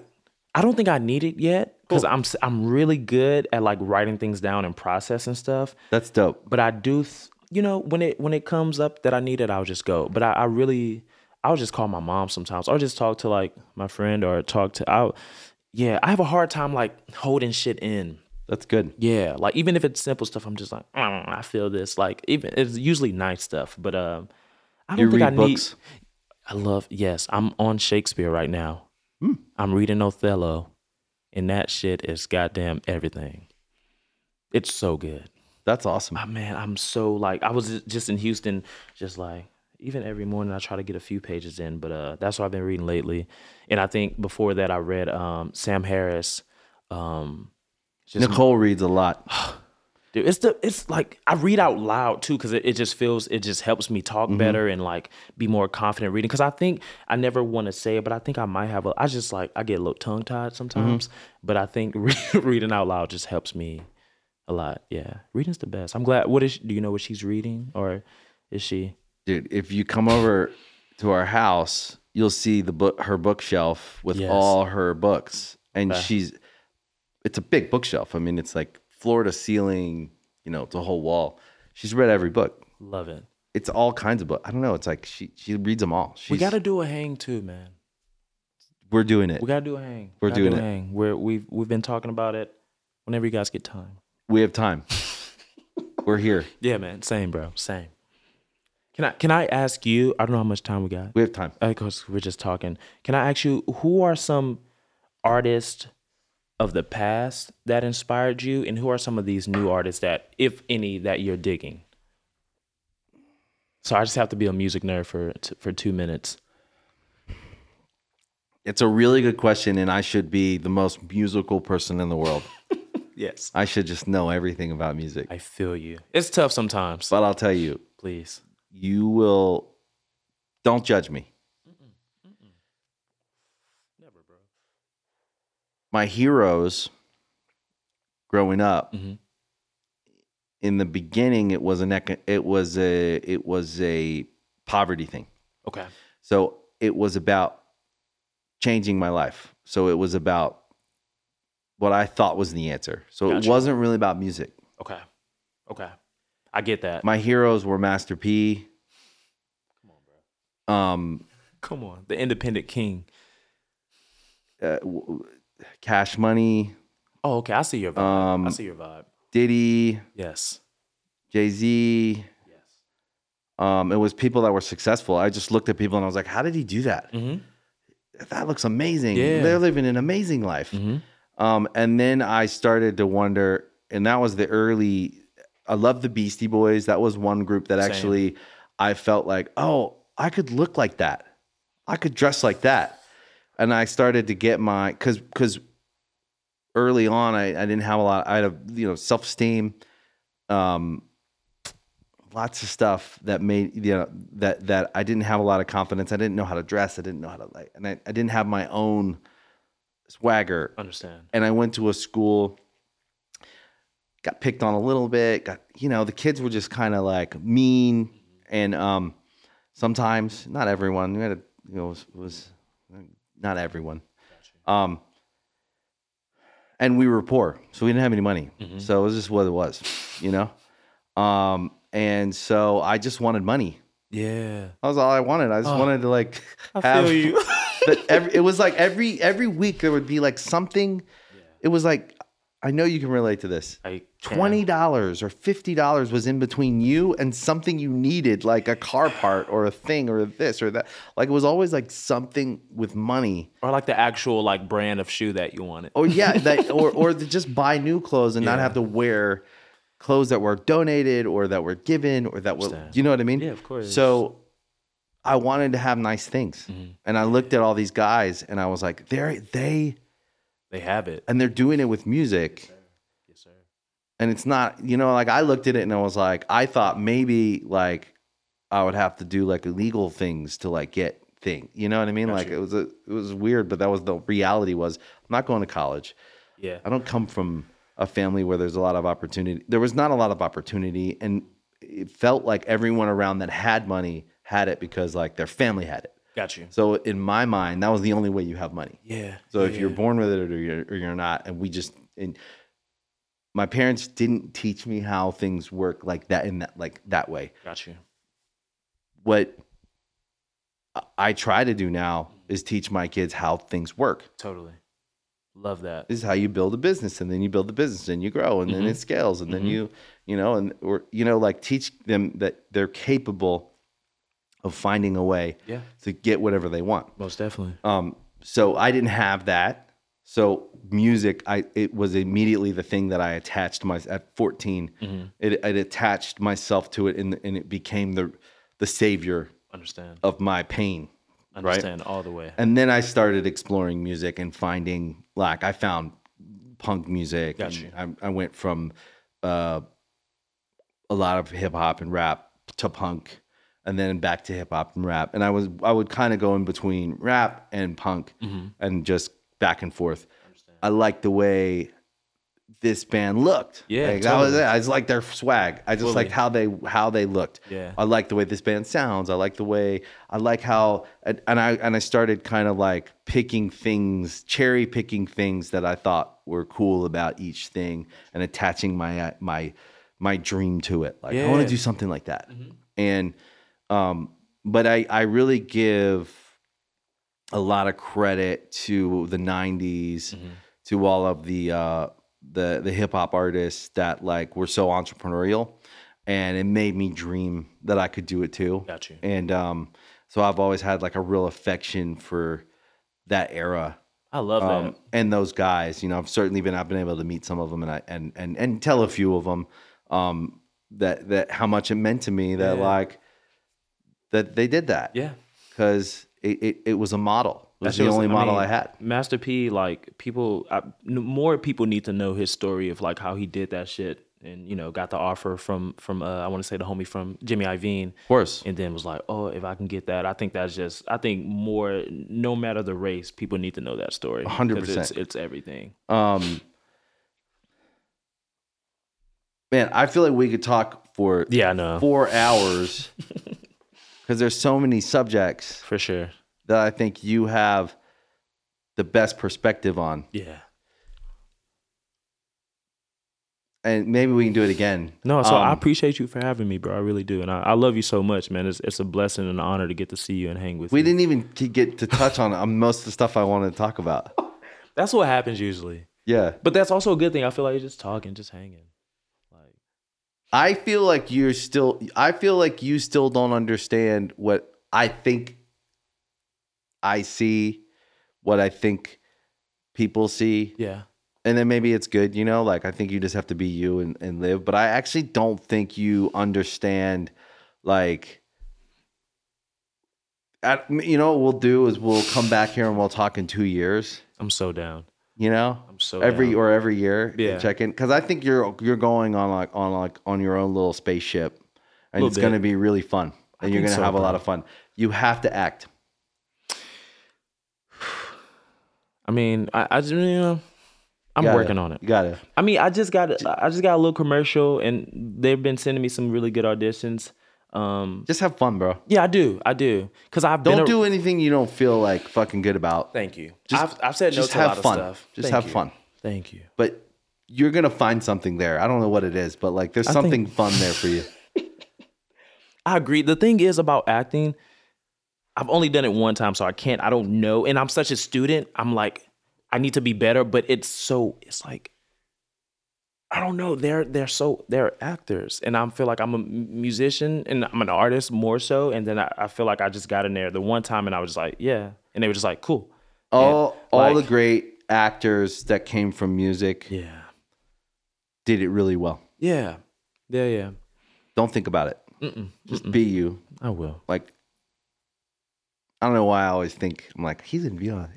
Speaker 2: I don't think I need it yet because I'm s- I'm really good at like writing things down and processing stuff
Speaker 1: That's dope.
Speaker 2: but I do, th- you know, when it when it comes up that I need it, I'll just go. But I, I really, I'll just call my mom sometimes, or just talk to like my friend, or talk to. I, yeah, I have a hard time like holding shit in.
Speaker 1: That's good.
Speaker 2: Yeah, like even if it's simple stuff, I'm just like, "Mm, I feel this. Like even it's usually nice stuff, but um, I don't
Speaker 1: You
Speaker 2: think I
Speaker 1: read
Speaker 2: need.
Speaker 1: books.
Speaker 2: I love yes, I'm on Shakespeare right now.
Speaker 1: Mm.
Speaker 2: I'm reading Othello, and that shit is goddamn everything. It's so good.
Speaker 1: That's awesome.
Speaker 2: Oh, man, I'm so like I was just in Houston, just like even every morning I try to get a few pages in, but uh, that's what I've been reading lately. And I think before that I read um, Sam Harris. Um, [sighs] just
Speaker 1: Nicole reads a lot.
Speaker 2: dude, it's the it's like I read out loud too because it, it just feels it just helps me talk better and like be more confident reading because I think I never want to say it, but I think I might have a I just like I get a little tongue tied sometimes, but I think [laughs] re- reading out loud just helps me a lot. Yeah, reading's the best. I'm glad. What is do you know what she's reading or is she?
Speaker 1: Dude, if you come over to our house, you'll see the book her bookshelf with
Speaker 2: Yes.
Speaker 1: all her books. And
Speaker 2: Okay.
Speaker 1: she's it's a big bookshelf. I mean, it's like floor to ceiling, you know, it's a whole wall. She's read every book.
Speaker 2: Love it.
Speaker 1: It's all kinds of books. I don't know. It's like she she reads them all. She's,
Speaker 2: we gotta do a hang too, man.
Speaker 1: we're doing it.
Speaker 2: We gotta do a hang.
Speaker 1: We're
Speaker 2: Gotta
Speaker 1: doing
Speaker 2: do a
Speaker 1: it.
Speaker 2: hang. We're, we've we've been talking about it. Whenever you guys get time.
Speaker 1: We have
Speaker 2: [laughs]
Speaker 1: time. we're here.
Speaker 2: Yeah, man. Same, bro. Same. Can I can I ask you? I don't know how much time we got.
Speaker 1: We have time.
Speaker 2: Because we're just talking. Can I ask you who are some artists of the past that inspired you, and who are some of these new artists that, if any, that you're digging? So I just have to be a music nerd for for two minutes.
Speaker 1: It's a really good question, and I should be the most musical person in the world.
Speaker 2: Yes,
Speaker 1: I should just know everything about music.
Speaker 2: I feel you. It's tough sometimes.
Speaker 1: But I'll tell you,
Speaker 2: Please,
Speaker 1: you will. Don't judge me.
Speaker 2: never, bro.
Speaker 1: My heroes growing up
Speaker 2: Mhm.
Speaker 1: in the beginning, it was an eco- it was a it was a poverty thing.
Speaker 2: Okay.
Speaker 1: So it was about changing my life. So it was about what I thought was the answer. So it
Speaker 2: Gotcha.
Speaker 1: wasn't really about music.
Speaker 2: Okay. Okay. I get that.
Speaker 1: My heroes were Master P. Um, Come on,
Speaker 2: Come on, the independent king.
Speaker 1: bro. Um, uh, w- w- Cash Money,
Speaker 2: Oh, okay. I see your vibe. I
Speaker 1: Um,
Speaker 2: see your vibe.
Speaker 1: Diddy,
Speaker 2: Yes.
Speaker 1: Jay Z.
Speaker 2: Yes.
Speaker 1: Um, it was people that were successful. I just looked at people and I was like, "How did he do that?
Speaker 2: hmm
Speaker 1: That looks amazing.
Speaker 2: Yeah.
Speaker 1: They're living an amazing life."
Speaker 2: hmm
Speaker 1: Um, and then I started to wonder, and that was the early. I love the Beastie Boys. That was one group that
Speaker 2: Same.
Speaker 1: actually I felt like, oh, I could look like that. I could dress like that. And I started to get my because because early on I, I didn't have a lot. I had a you know self esteem, um, lots of stuff that made you know that that I didn't have a lot of confidence. I didn't know how to dress. I didn't know how to like, and I, I didn't have my own swagger
Speaker 2: Understand.
Speaker 1: and I went to a school, got picked on a little bit, got you know, the kids were just kind of like mean and um sometimes not everyone, we had a you know, was, was not everyone. Um and we were poor, so we didn't have any money.
Speaker 2: Mm-hmm.
Speaker 1: So it was just what it was, you know? Um and so I just wanted money.
Speaker 2: Yeah.
Speaker 1: That was all I wanted. I just wanted to like
Speaker 2: Oh.
Speaker 1: [laughs]
Speaker 2: I
Speaker 1: have
Speaker 2: feel you.
Speaker 1: but every, it was like every every week there would be like something. It was like I know you can relate to this.
Speaker 2: [laughs]
Speaker 1: [laughs]
Speaker 2: I can.
Speaker 1: Twenty dollars or fifty dollars was in between you and something you needed, like a car part or a thing or this or that. Like it was always like something with money,
Speaker 2: Or like the actual like brand of shoe that you wanted.
Speaker 1: or
Speaker 2: [laughs]
Speaker 1: yeah, that or or to just buy new clothes and not
Speaker 2: Yeah.
Speaker 1: have to wear clothes that were donated or that were given or that were
Speaker 2: Understand.
Speaker 1: you know what I mean?
Speaker 2: Yeah, of course. Mm-hmm.
Speaker 1: So I wanted to have nice things, and I looked at all these guys and I was like, they they
Speaker 2: They have it.
Speaker 1: and they're doing it with music
Speaker 2: Yes, sir.
Speaker 1: and it's not you know like i looked at it and i was like i thought maybe like i would have to do like illegal things to like get thing you know what i mean like it was a, it was weird but that was the reality was i'm not going to college
Speaker 2: Yeah.
Speaker 1: i don't come from a family where there's a lot of opportunity there was not a lot of opportunity and it felt like everyone around that had money had it because like their family had it
Speaker 2: Got you.
Speaker 1: so in my mind that was the only way you have money
Speaker 2: Yeah.
Speaker 1: so if you're born with it or you're, or you're not, and we just and my parents didn't teach me how things work like that in that like that way.
Speaker 2: Got you.
Speaker 1: What I- I try to do now is teach my kids how things work.
Speaker 2: Totally. Love that.
Speaker 1: This is how you build a business, and then you build the business, and you grow, and then it scales, and then you you know, and or you know, like teach them that they're capable of finding a way
Speaker 2: Yeah.
Speaker 1: to get whatever they want.
Speaker 2: Most definitely.
Speaker 1: Um, so I didn't have that. So music, I it was immediately the thing that I attached my at 14. It, it attached myself to it, and and it became the the savior
Speaker 2: Understand.
Speaker 1: of my pain.
Speaker 2: Understand all the way.
Speaker 1: And then I started exploring music and finding like I found punk music. and
Speaker 2: Gotcha.
Speaker 1: I, I went from uh, a lot of hip hop and rap to punk, and then back to hip hop and rap. And I was I would kind of go in between rap and punk,
Speaker 2: Mm-hmm.
Speaker 1: and just back and forth. I liked the way this band looked.
Speaker 2: Yeah,
Speaker 1: like, that was it.
Speaker 2: totally.
Speaker 1: I just liked their swag. I just liked how they how they looked.
Speaker 2: Yeah.
Speaker 1: I like the way this band sounds. I like the way I like how and and I and I started kind of like picking things, cherry picking things that I thought were cool about each thing, and attaching my uh, my my dream to it. Like I want
Speaker 2: Yeah. Mm-hmm.
Speaker 1: to do something like that. And um, but I I really give a lot of credit to the 90s
Speaker 2: Mm-hmm.
Speaker 1: to all of the uh the the hip hop artists that like were so entrepreneurial and it made me dream that I could do it too.
Speaker 2: Got you.
Speaker 1: And um so I've always had like a real affection for that era
Speaker 2: I love that.
Speaker 1: um, and those guys. You know, I've certainly been I've been able to meet some of them and I and and and tell a few of them um, that that how much it meant to me that like that they did that.
Speaker 2: Yeah.
Speaker 1: Because it, it, it was a model. It was
Speaker 2: That shit
Speaker 1: the
Speaker 2: was-
Speaker 1: only
Speaker 2: I
Speaker 1: model
Speaker 2: mean,
Speaker 1: I had.
Speaker 2: Master P, like people, I, n- more people need to know his story of like how he did that shit, and you know, got the offer from from uh, I want to say the homie from Jimmy Iovine,
Speaker 1: Of course.
Speaker 2: and then was like, oh, if I can get that, I think that's just, I think more, no matter the race, people need to know that story.
Speaker 1: 100%.
Speaker 2: 'Cause It's, it's everything.
Speaker 1: Um, man, I feel like we could talk for
Speaker 2: Yeah, I know
Speaker 1: four
Speaker 2: [laughs]
Speaker 1: hours because there's so many subjects
Speaker 2: for sure.
Speaker 1: that I think you have the best perspective on,
Speaker 2: Yeah.
Speaker 1: and maybe we can do it again.
Speaker 2: No, so I
Speaker 1: Um,
Speaker 2: appreciate you for having me, bro. I really do, and I, I love you so much, man. It's it's a blessing and an honor to get to see you and hang with
Speaker 1: we
Speaker 2: you.
Speaker 1: didn't even ke- get to touch on um, most of the stuff I wanted to talk about.
Speaker 2: That's what happens usually,
Speaker 1: Yeah,
Speaker 2: but that's also a good thing. I feel like you're just talking, just hanging. Like,
Speaker 1: I feel like you're still. I feel like you still don't understand what I think. I see, what I think people see.
Speaker 2: yeah,
Speaker 1: and then maybe it's good, you know, like I think you just have to be you and, and live. But I actually don't think you understand, like, at, you know, what we'll do is we'll come back here and we'll talk in two years,
Speaker 2: I'm so down.
Speaker 1: you know,
Speaker 2: I'm so
Speaker 1: every
Speaker 2: down.
Speaker 1: or every year, and
Speaker 2: Yeah.
Speaker 1: check in because I think you're you're going on like on like on your own little spaceship, and
Speaker 2: Little
Speaker 1: it's
Speaker 2: bit.
Speaker 1: gonna be really fun, and you're
Speaker 2: think
Speaker 1: gonna
Speaker 2: so,
Speaker 1: have a lot
Speaker 2: bro.
Speaker 1: of fun. You have to act.
Speaker 2: I mean, I, I just, you know, I'm
Speaker 1: Gotta-
Speaker 2: working on it.
Speaker 1: You gotta.
Speaker 2: I mean, I just got I just got a little commercial, and they've been sending me some really good auditions. Um,
Speaker 1: Just have fun, bro.
Speaker 2: yeah, I do, I do, cause I've been.
Speaker 1: Don't
Speaker 2: a-
Speaker 1: do anything you don't feel like fucking good about.
Speaker 2: Thank you.
Speaker 1: Just-
Speaker 2: I've, I've said no
Speaker 1: just
Speaker 2: to a
Speaker 1: have
Speaker 2: lot
Speaker 1: fun.
Speaker 2: of stuff.
Speaker 1: Just
Speaker 2: Thank
Speaker 1: have
Speaker 2: you.
Speaker 1: fun.
Speaker 2: Thank you.
Speaker 1: but you're gonna find something there. I don't know what it is, but like there's
Speaker 2: think-
Speaker 1: something fun there for
Speaker 2: [laughs]
Speaker 1: you.
Speaker 2: I agree. The thing is about acting, I've only done it one time, so I can't, I don't know. And I'm such a student. I'm like, I need to be better, but it's so, it's like, I don't know. They're they're so they're actors, and I feel like I'm a m- musician and I'm an artist more so. And then I, I feel like I just got in there the one time, and I was just like, yeah. And they were just like, cool.
Speaker 1: All all the
Speaker 2: like-
Speaker 1: great actors that came from music
Speaker 2: Yeah,
Speaker 1: did it really well.
Speaker 2: yeah, yeah, yeah.
Speaker 1: Don't think about it.
Speaker 2: Mm-mm,
Speaker 1: Just
Speaker 2: mm-mm.
Speaker 1: be you.
Speaker 2: I will.
Speaker 1: Like I don't know why I always think I'm like he's in VR.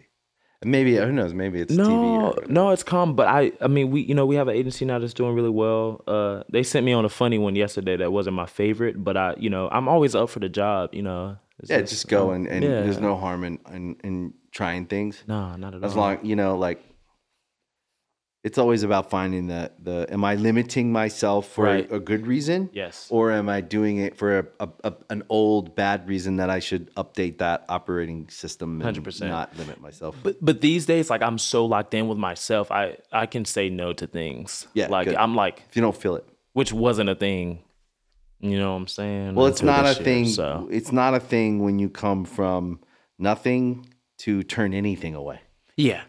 Speaker 1: Maybe who knows? Maybe it's TV.
Speaker 2: no,
Speaker 1: Or whatever.
Speaker 2: no, it's calm. But I, I mean, we, you know, we have an agency now that's doing really well. Uh, they sent me on a funny one yesterday that wasn't my favorite, but I, you know, I'm always up for the job. You know, It's
Speaker 1: yeah, just go and, and
Speaker 2: yeah.
Speaker 1: there's no harm in, in in trying things
Speaker 2: no, not at
Speaker 1: as
Speaker 2: all.
Speaker 1: long you know like. It's always about finding the the. Am I limiting myself for
Speaker 2: Right.
Speaker 1: a, a good reason?
Speaker 2: yes,
Speaker 1: or am I doing it for a, a, a, an old bad reason that I should update that operating system and
Speaker 2: 100%.
Speaker 1: not limit myself?
Speaker 2: but but these days, like I'm so locked in with myself, I I can say no to things.
Speaker 1: Yeah,
Speaker 2: like
Speaker 1: good.
Speaker 2: I'm like,
Speaker 1: if you don't feel it,
Speaker 2: which wasn't a thing. You know what I'm saying?
Speaker 1: well, it's
Speaker 2: until
Speaker 1: not a
Speaker 2: this year,
Speaker 1: thing.
Speaker 2: So
Speaker 1: It's not a thing when you come from nothing to turn anything away.
Speaker 2: yeah,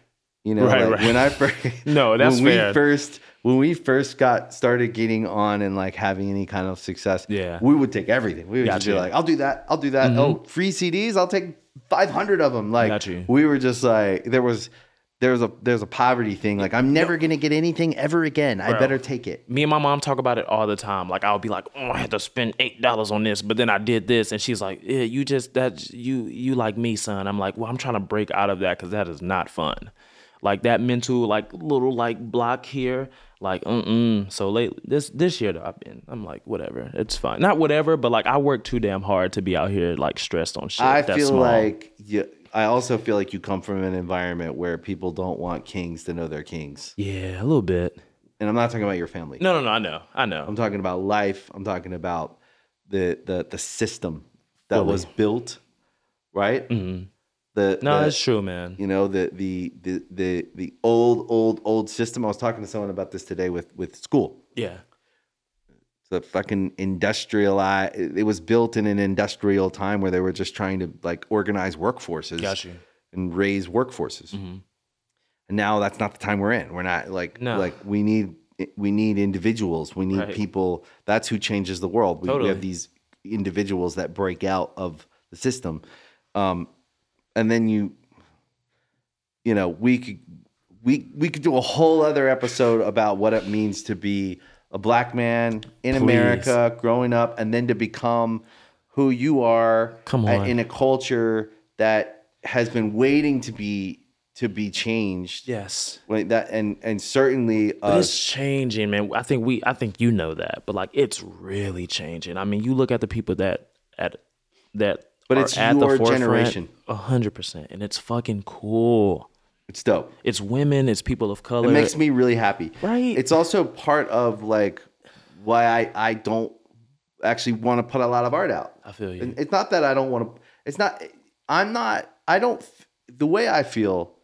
Speaker 1: You know,
Speaker 2: Right,
Speaker 1: like,
Speaker 2: right.
Speaker 1: when
Speaker 2: [laughs]
Speaker 1: I first
Speaker 2: No, that's
Speaker 1: when we
Speaker 2: fair.
Speaker 1: first when we first got started getting on and like having any kind of success.
Speaker 2: Yeah.
Speaker 1: we would take everything. We would just be
Speaker 2: Gotcha. Mm-hmm.
Speaker 1: like, "I'll do that. I'll do that. Oh, free CDs. I'll take five hundred of them." Like
Speaker 2: Gotcha.
Speaker 1: we were just like, there was there was a there's a poverty thing. Like I'm never gonna get anything ever again. I
Speaker 2: Bro.
Speaker 1: better take it.
Speaker 2: me and my mom talk about it all the time. Like I'll be like, "Oh, I had to spend eight dollars on this, but then I did this," and she's like, "Yeah, you just that you you like me, son." I'm like, "Well, I'm trying to break out of that because that is not fun." Like that mental like little like block here, like mm mm. So late this this year though, I've been I'm like whatever, it's fine. Not whatever, but like I work too damn hard to be out here like stressed on shit.
Speaker 1: I
Speaker 2: that's
Speaker 1: feel
Speaker 2: small.
Speaker 1: like you. I also feel like you come from an environment where people don't want kings to know they're kings.
Speaker 2: yeah, a little bit.
Speaker 1: And I'm not talking about your family.
Speaker 2: No, no, no. I know, I know.
Speaker 1: I'm talking about life. I'm talking about the the the system that was built, right? The
Speaker 2: Mm-hmm. No,
Speaker 1: the-
Speaker 2: it's true, man.
Speaker 1: you know the, the the the the old old old system. I was talking to someone about this today with with school.
Speaker 2: Yeah,
Speaker 1: The fucking industrialized. It was built in an industrial time where they were just trying to like organize workforces
Speaker 2: got you.
Speaker 1: and raise workforces.
Speaker 2: Mm-hmm.
Speaker 1: And now that's not the time we're in. We're not like
Speaker 2: No.
Speaker 1: like we need we need individuals. We need
Speaker 2: Right.
Speaker 1: people. That's who changes the world. We, we
Speaker 2: Totally.
Speaker 1: have these individuals that break out of the system, um, and then you, you know, we could we we could do a whole other episode about what it means to be a black man in America growing up, and then to become. who you are
Speaker 2: Come
Speaker 1: a-
Speaker 2: on.
Speaker 1: in a culture that has been waiting to be to be changed.
Speaker 2: Yes.
Speaker 1: Like that and and certainly
Speaker 2: But
Speaker 1: uh,
Speaker 2: it's changing, man. I think we, I think you know that, but like it's really changing. I mean, you look at the people that at that,
Speaker 1: But
Speaker 2: are
Speaker 1: it's
Speaker 2: at
Speaker 1: your
Speaker 2: the forefront,
Speaker 1: generation.
Speaker 2: a hundred percent, and it's fucking cool.
Speaker 1: it's dope.
Speaker 2: It's women, it's people of color.
Speaker 1: It makes me really happy.
Speaker 2: Right.
Speaker 1: It's also part of like why I I don't actually want to put a lot of art out.
Speaker 2: I feel you.
Speaker 1: And it's not that I don't want to. It's not. I'm not. I don't. f- The way I feel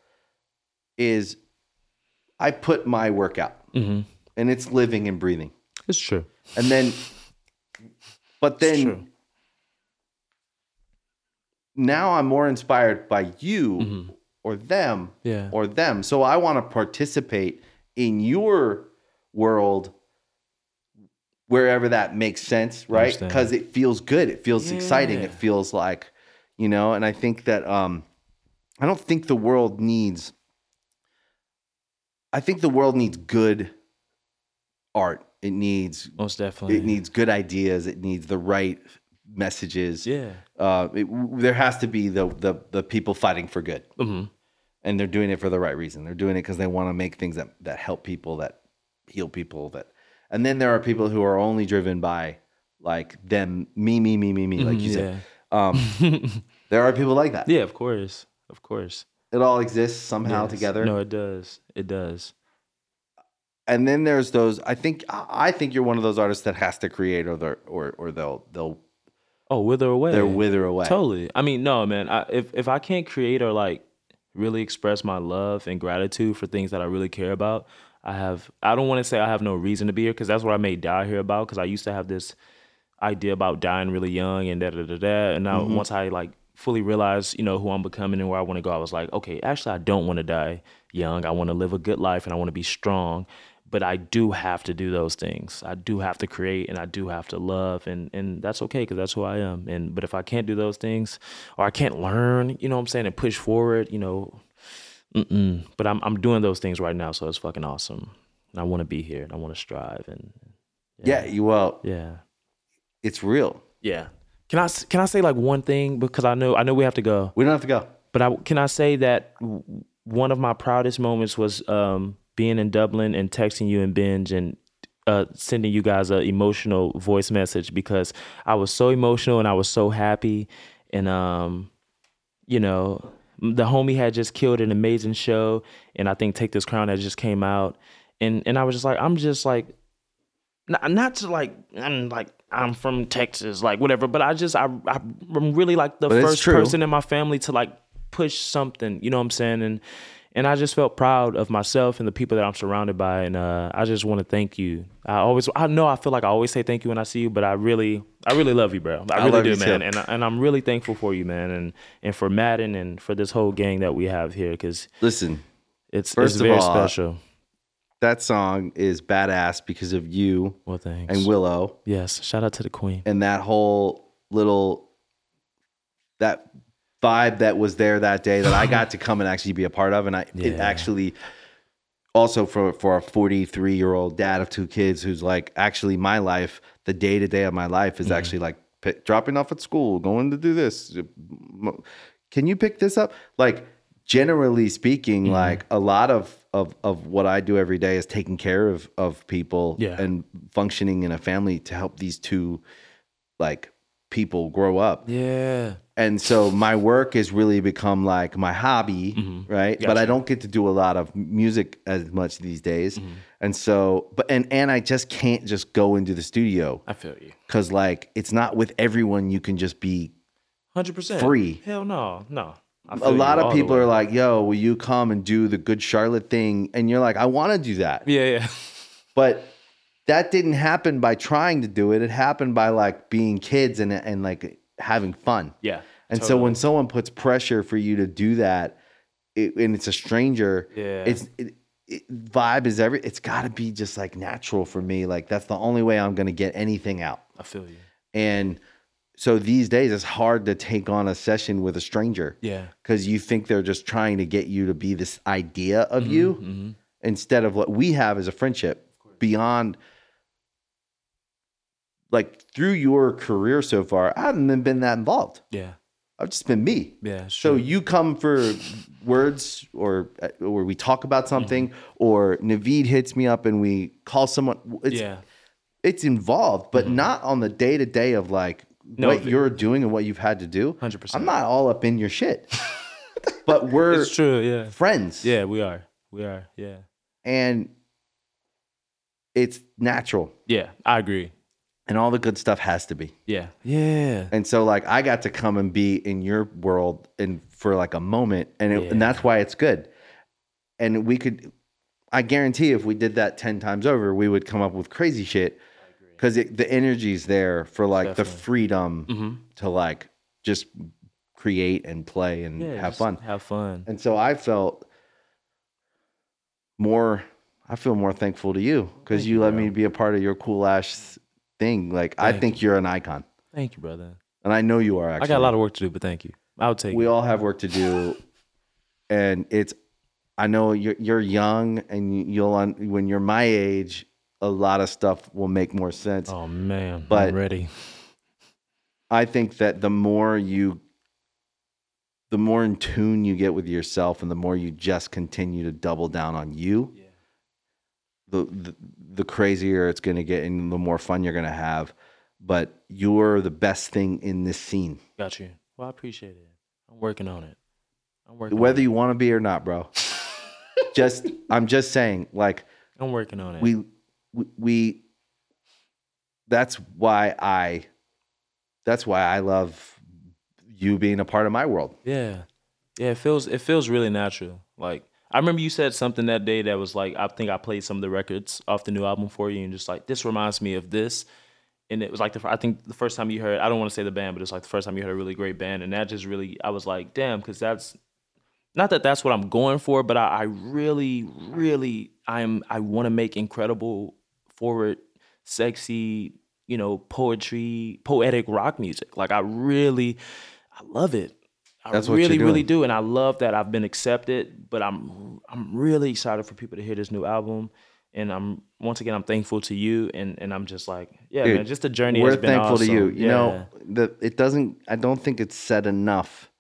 Speaker 1: is, I put my work out,
Speaker 2: hmm
Speaker 1: and it's living and breathing.
Speaker 2: It's true.
Speaker 1: And then, but
Speaker 2: It's true.
Speaker 1: then now I'm more inspired by you
Speaker 2: Mm-hmm.
Speaker 1: or them
Speaker 2: Yeah.
Speaker 1: or them. So I want to participate in your world wherever that makes sense, right?
Speaker 2: Understand.
Speaker 1: Because it feels good. It feels exciting.
Speaker 2: Yeah.
Speaker 1: It feels like, you know, and I think that um I don't think the world needs I think the world needs good art. It needs
Speaker 2: Most definitely.
Speaker 1: it needs good ideas. It needs the right messages.
Speaker 2: Yeah.
Speaker 1: Uh, it, there has to be the, the the people fighting for good
Speaker 2: hmm
Speaker 1: and they're doing it for the right reason. They're doing it because they want to make things that that help people, that heal people, that. And then there are people who are only driven by like them, me, me, me, me, me, like you said. Um,
Speaker 2: [laughs]
Speaker 1: there are people like that.
Speaker 2: Mm-hmm, yeah, of course, of course.
Speaker 1: It all exists somehow
Speaker 2: Yes.
Speaker 1: together.
Speaker 2: No, it does. It does.
Speaker 1: And then there's those. I think I I think you're one of those artists that has to create, or they're, or or they'll they'll
Speaker 2: Oh, wither away.
Speaker 1: they'll wither away.
Speaker 2: Totally. I mean, no, man. I, if if I can't create or like really express my love and gratitude for things that I really care about, I have. I don't want to say I have no reason to be here because that's what I may die here about. Because I used to have this idea about dying really young and da da da da. And now once I like fully realized, you know, who I'm becoming and where I want to go, I was like, okay, actually, I don't want to die young. I want to live a good life and I want to be strong. But I do have to do those things. I do have to create and I do have to love and and that's okay because that's who I am. And but if I can't do those things or I can't learn, you know what I'm saying, and push forward, you know, mm-mm. but I'm I'm doing those things right now, so it's fucking awesome. And I want to be here and I want to strive and
Speaker 1: Yeah. You well,
Speaker 2: yeah.
Speaker 1: it's real.
Speaker 2: Yeah. Can I s- can I say like one thing because I know I know we have to go,
Speaker 1: We don't have to go.
Speaker 2: but I can I say that w- one of my proudest moments was um, being in Dublin and texting you and binge and uh, sending you guys a emotional voice message because I was so emotional and I was so happy and um you know, the homie had just killed an amazing show, and I think Take This Crown that just came out, and and I was just like, I'm just like, not, not to like, I'm like, I'm from Texas, like whatever, but I just I I- I'm really like the
Speaker 1: But it's
Speaker 2: first
Speaker 1: true.
Speaker 2: person in my family to like push something, you know what I'm saying, and and I just felt proud of myself and the people that I'm surrounded by, and uh, I just want to thank you. I always, I know I feel like I always say thank you when I see you, but I really, I really love you, bro. I, really
Speaker 1: love
Speaker 2: do,
Speaker 1: you too.
Speaker 2: man, and I- and I'm really thankful for you, man, and and for Madden and for this whole gang that we have here because
Speaker 1: Listen,
Speaker 2: it's
Speaker 1: First
Speaker 2: it's
Speaker 1: of
Speaker 2: very
Speaker 1: all,
Speaker 2: special.
Speaker 1: that song is badass because of you
Speaker 2: Well, thanks.
Speaker 1: and Willow.
Speaker 2: yes, shout out to the queen.
Speaker 1: and that whole little that vibe that was there that day that
Speaker 2: [laughs]
Speaker 1: I got to come and actually be a part of, and I it
Speaker 2: Yeah.
Speaker 1: actually also for for a 43 year old dad of two kids who's like actually my life the day to day of my life is actually like pick, dropping off at school going to do this uh, can you pick this up like generally speaking
Speaker 2: Mm-hmm.
Speaker 1: like a lot of of of what I do every day is taking care of of people
Speaker 2: Yeah.
Speaker 1: and functioning in a family to help these two like people grow up
Speaker 2: Yeah,
Speaker 1: and so my work has really become like my hobby, right? But I
Speaker 2: Mm-hmm. Gotcha.
Speaker 1: don't get to do a lot of music as much these days,
Speaker 2: Mm-hmm.
Speaker 1: and so but and and I just can't just go into the studio
Speaker 2: I feel you.
Speaker 1: because like it's not with everyone you can just be.
Speaker 2: Hundred percent
Speaker 1: Free.
Speaker 2: Hell no, no. I
Speaker 1: A
Speaker 2: feel
Speaker 1: lot
Speaker 2: you all
Speaker 1: of
Speaker 2: the
Speaker 1: people
Speaker 2: way.
Speaker 1: are like, "Yo, will you come and do the Good Charlotte thing?" And you're like, "I want to do that,"
Speaker 2: yeah, yeah,
Speaker 1: but that didn't happen by trying to do it. It happened by like being kids and and like having fun.
Speaker 2: yeah.
Speaker 1: And so
Speaker 2: Totally.
Speaker 1: when someone puts pressure for you to do that, it, and it's a stranger,
Speaker 2: Yeah.
Speaker 1: it's it, it, vibe is every. It's got to be just like natural for me. Like that's the only way I'm gonna get anything out.
Speaker 2: I feel you.
Speaker 1: And so these days, it's hard to take on a session with a stranger
Speaker 2: Yeah,
Speaker 1: because you think they're just trying to get you to be this idea of you
Speaker 2: Mm-hmm.
Speaker 1: instead of what we have as a friendship beyond like through your career so far, I haven't been, been that involved.
Speaker 2: Yeah.
Speaker 1: I've just been me.
Speaker 2: Yeah.
Speaker 1: So you come for words, or uh, or we talk
Speaker 2: Mm-hmm.
Speaker 1: about something, or Naveed hits me up and we call someone. It's,
Speaker 2: yeah. Mm-hmm.
Speaker 1: it's involved, but not on the day to day of like
Speaker 2: No,
Speaker 1: what
Speaker 2: the-
Speaker 1: you're doing and what you've had to do.
Speaker 2: 100%.
Speaker 1: I'm not all up in your
Speaker 2: [laughs]
Speaker 1: shit, but we're
Speaker 2: It's true. Yeah.
Speaker 1: friends.
Speaker 2: Yeah. We are. We are. Yeah.
Speaker 1: and it's natural,
Speaker 2: Yeah. I agree.
Speaker 1: and all the good stuff has to be.
Speaker 2: Yeah. Yeah.
Speaker 1: And so like I got to come and be in your world and for like a moment and it, and
Speaker 2: Yeah.
Speaker 1: that's why it's good. And we could I guarantee if we did that 10 times over, we would come up with crazy shit cuz the energy's there for like the
Speaker 2: Definitely.
Speaker 1: freedom
Speaker 2: hmm
Speaker 1: to like just create and play and
Speaker 2: Yeah.
Speaker 1: have
Speaker 2: just
Speaker 1: fun.
Speaker 2: Have fun.
Speaker 1: And so I felt more I feel more thankful to you cuz
Speaker 2: Thank
Speaker 1: you
Speaker 2: you,
Speaker 1: let
Speaker 2: bro.
Speaker 1: me be a part of your cool ass thing. Like I
Speaker 2: Thank
Speaker 1: think you're an icon.
Speaker 2: Thank you, brother.
Speaker 1: And I know you are actually.
Speaker 2: I got a lot of work to do, but thank you. I'll take
Speaker 1: we
Speaker 2: it.
Speaker 1: all have work to
Speaker 2: [laughs]
Speaker 1: do and it's i know you're, you're young and you'll un- when you're my age a lot of stuff will make more sense
Speaker 2: oh man.
Speaker 1: But-
Speaker 2: I'm ready.
Speaker 1: i think that the more you the more in tune you get with yourself and the more you just continue to double down on you
Speaker 2: Yeah.
Speaker 1: the the, the crazier it's going to get and the more fun you're going to have but you're the best thing in this scene
Speaker 2: Got you. Well, I appreciate it. I'm working on it. I'm working.
Speaker 1: whether
Speaker 2: on
Speaker 1: you want to be or not
Speaker 2: [laughs]
Speaker 1: bro just i'm just saying like
Speaker 2: it. I'm working on it.
Speaker 1: we we- we that's why i that's why i love you being a part of my world
Speaker 2: Yeah. Yeah, it feels it feels really natural. Like I remember you said something that day that was like I think I played some of the records off the new album for you and just like this reminds me of this. And it was like the fir- I think the first time you heard I don't want to say the band, but it's like the first time you heard a really great band and that just really I was like, "Damn, cuz that's not that that's what I'm going for, but I, I really really I'm I want to make incredible forward sexy, you know, poetry, poetic rock music. Like I really I love it. I
Speaker 1: That's what you're
Speaker 2: really, really
Speaker 1: doing.
Speaker 2: do, and I love that I've been accepted. But I'm, I'm really excited for people to hear this new album, and I'm once again, I'm thankful to you, and and I'm just like, yeah,
Speaker 1: Dude,
Speaker 2: man, just the journey.
Speaker 1: we're
Speaker 2: has been
Speaker 1: thankful to you
Speaker 2: awesome.
Speaker 1: you
Speaker 2: yeah.
Speaker 1: know the it doesn't i don't think it's said enough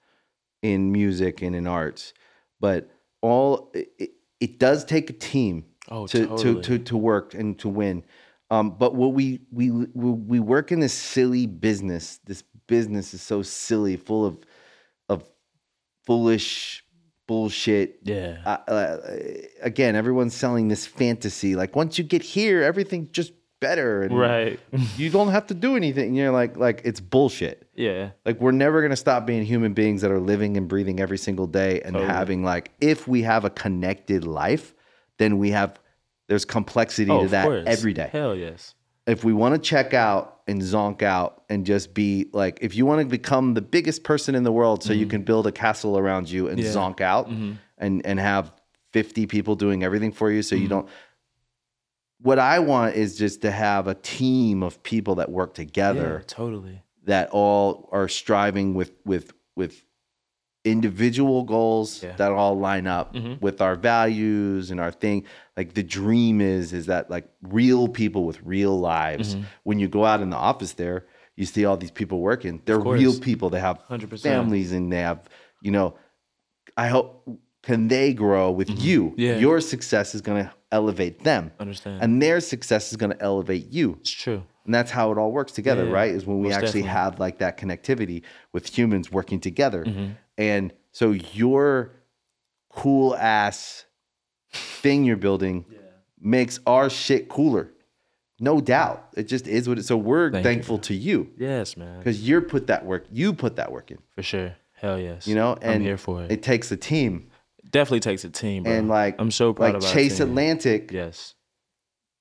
Speaker 1: in music and in arts but all it, it- it does take a team
Speaker 2: oh,
Speaker 1: to,
Speaker 2: totally.
Speaker 1: to to to work and to win. Um, but what we we we we work in this silly business. This business is so silly, full of of foolish bullshit.
Speaker 2: yeah,
Speaker 1: Uh, uh, again, everyone's selling this fantasy. Like once you get here, everything's just better, and
Speaker 2: right, [laughs]
Speaker 1: you don't have to do anything. And you're like, like it's bullshit.
Speaker 2: yeah,
Speaker 1: Like we're never gonna stop being human beings that are living and breathing every single day and
Speaker 2: Totally.
Speaker 1: having like if we have a connected life, then we have there's complexity
Speaker 2: oh,
Speaker 1: to
Speaker 2: of
Speaker 1: that
Speaker 2: course.
Speaker 1: every day.
Speaker 2: Hell yes,
Speaker 1: If we want to check out and zonk out and just be like, if you want to become the biggest person in the world, so you can build a castle around you and
Speaker 2: Mm-hmm. Yeah. Mm-hmm.
Speaker 1: zonk out and and have fifty people doing everything for you, so
Speaker 2: Mm-hmm.
Speaker 1: you don't. What I want is just to have a team of people that work together
Speaker 2: yeah, totally,
Speaker 1: that all are striving with with with individual goals
Speaker 2: Yeah.
Speaker 1: that all line up
Speaker 2: Mhm.
Speaker 1: with our values and our thing like the dream is is that like real people with real lives
Speaker 2: Mm-hmm.
Speaker 1: when you go out in the office there you see all these people working they're
Speaker 2: course.
Speaker 1: real people they have
Speaker 2: hundred percent.
Speaker 1: families and they have you know i hope can they grow with you
Speaker 2: Mm-hmm. Yeah.
Speaker 1: your success is going to elevate them
Speaker 2: Understand?
Speaker 1: and their success is going to elevate you
Speaker 2: it's true.
Speaker 1: and that's how it all works together,
Speaker 2: Yeah,
Speaker 1: right? Is when we
Speaker 2: most
Speaker 1: actually
Speaker 2: definitely.
Speaker 1: have like that connectivity with humans working together.
Speaker 2: Mm-hmm.
Speaker 1: And so your cool ass thing you're building makes our shit cooler. No doubt. It just is what it so we're
Speaker 2: Thank you.
Speaker 1: thankful to you
Speaker 2: Yes, man,
Speaker 1: because you put that work, you put that work in,
Speaker 2: for sure. Hell yes,
Speaker 1: you know?
Speaker 2: I'm here for it.
Speaker 1: It takes a team.
Speaker 2: definitely takes a team, bro.
Speaker 1: And like
Speaker 2: I'm so proud
Speaker 1: like
Speaker 2: of our
Speaker 1: Chase
Speaker 2: team.
Speaker 1: Atlantic,
Speaker 2: Yes,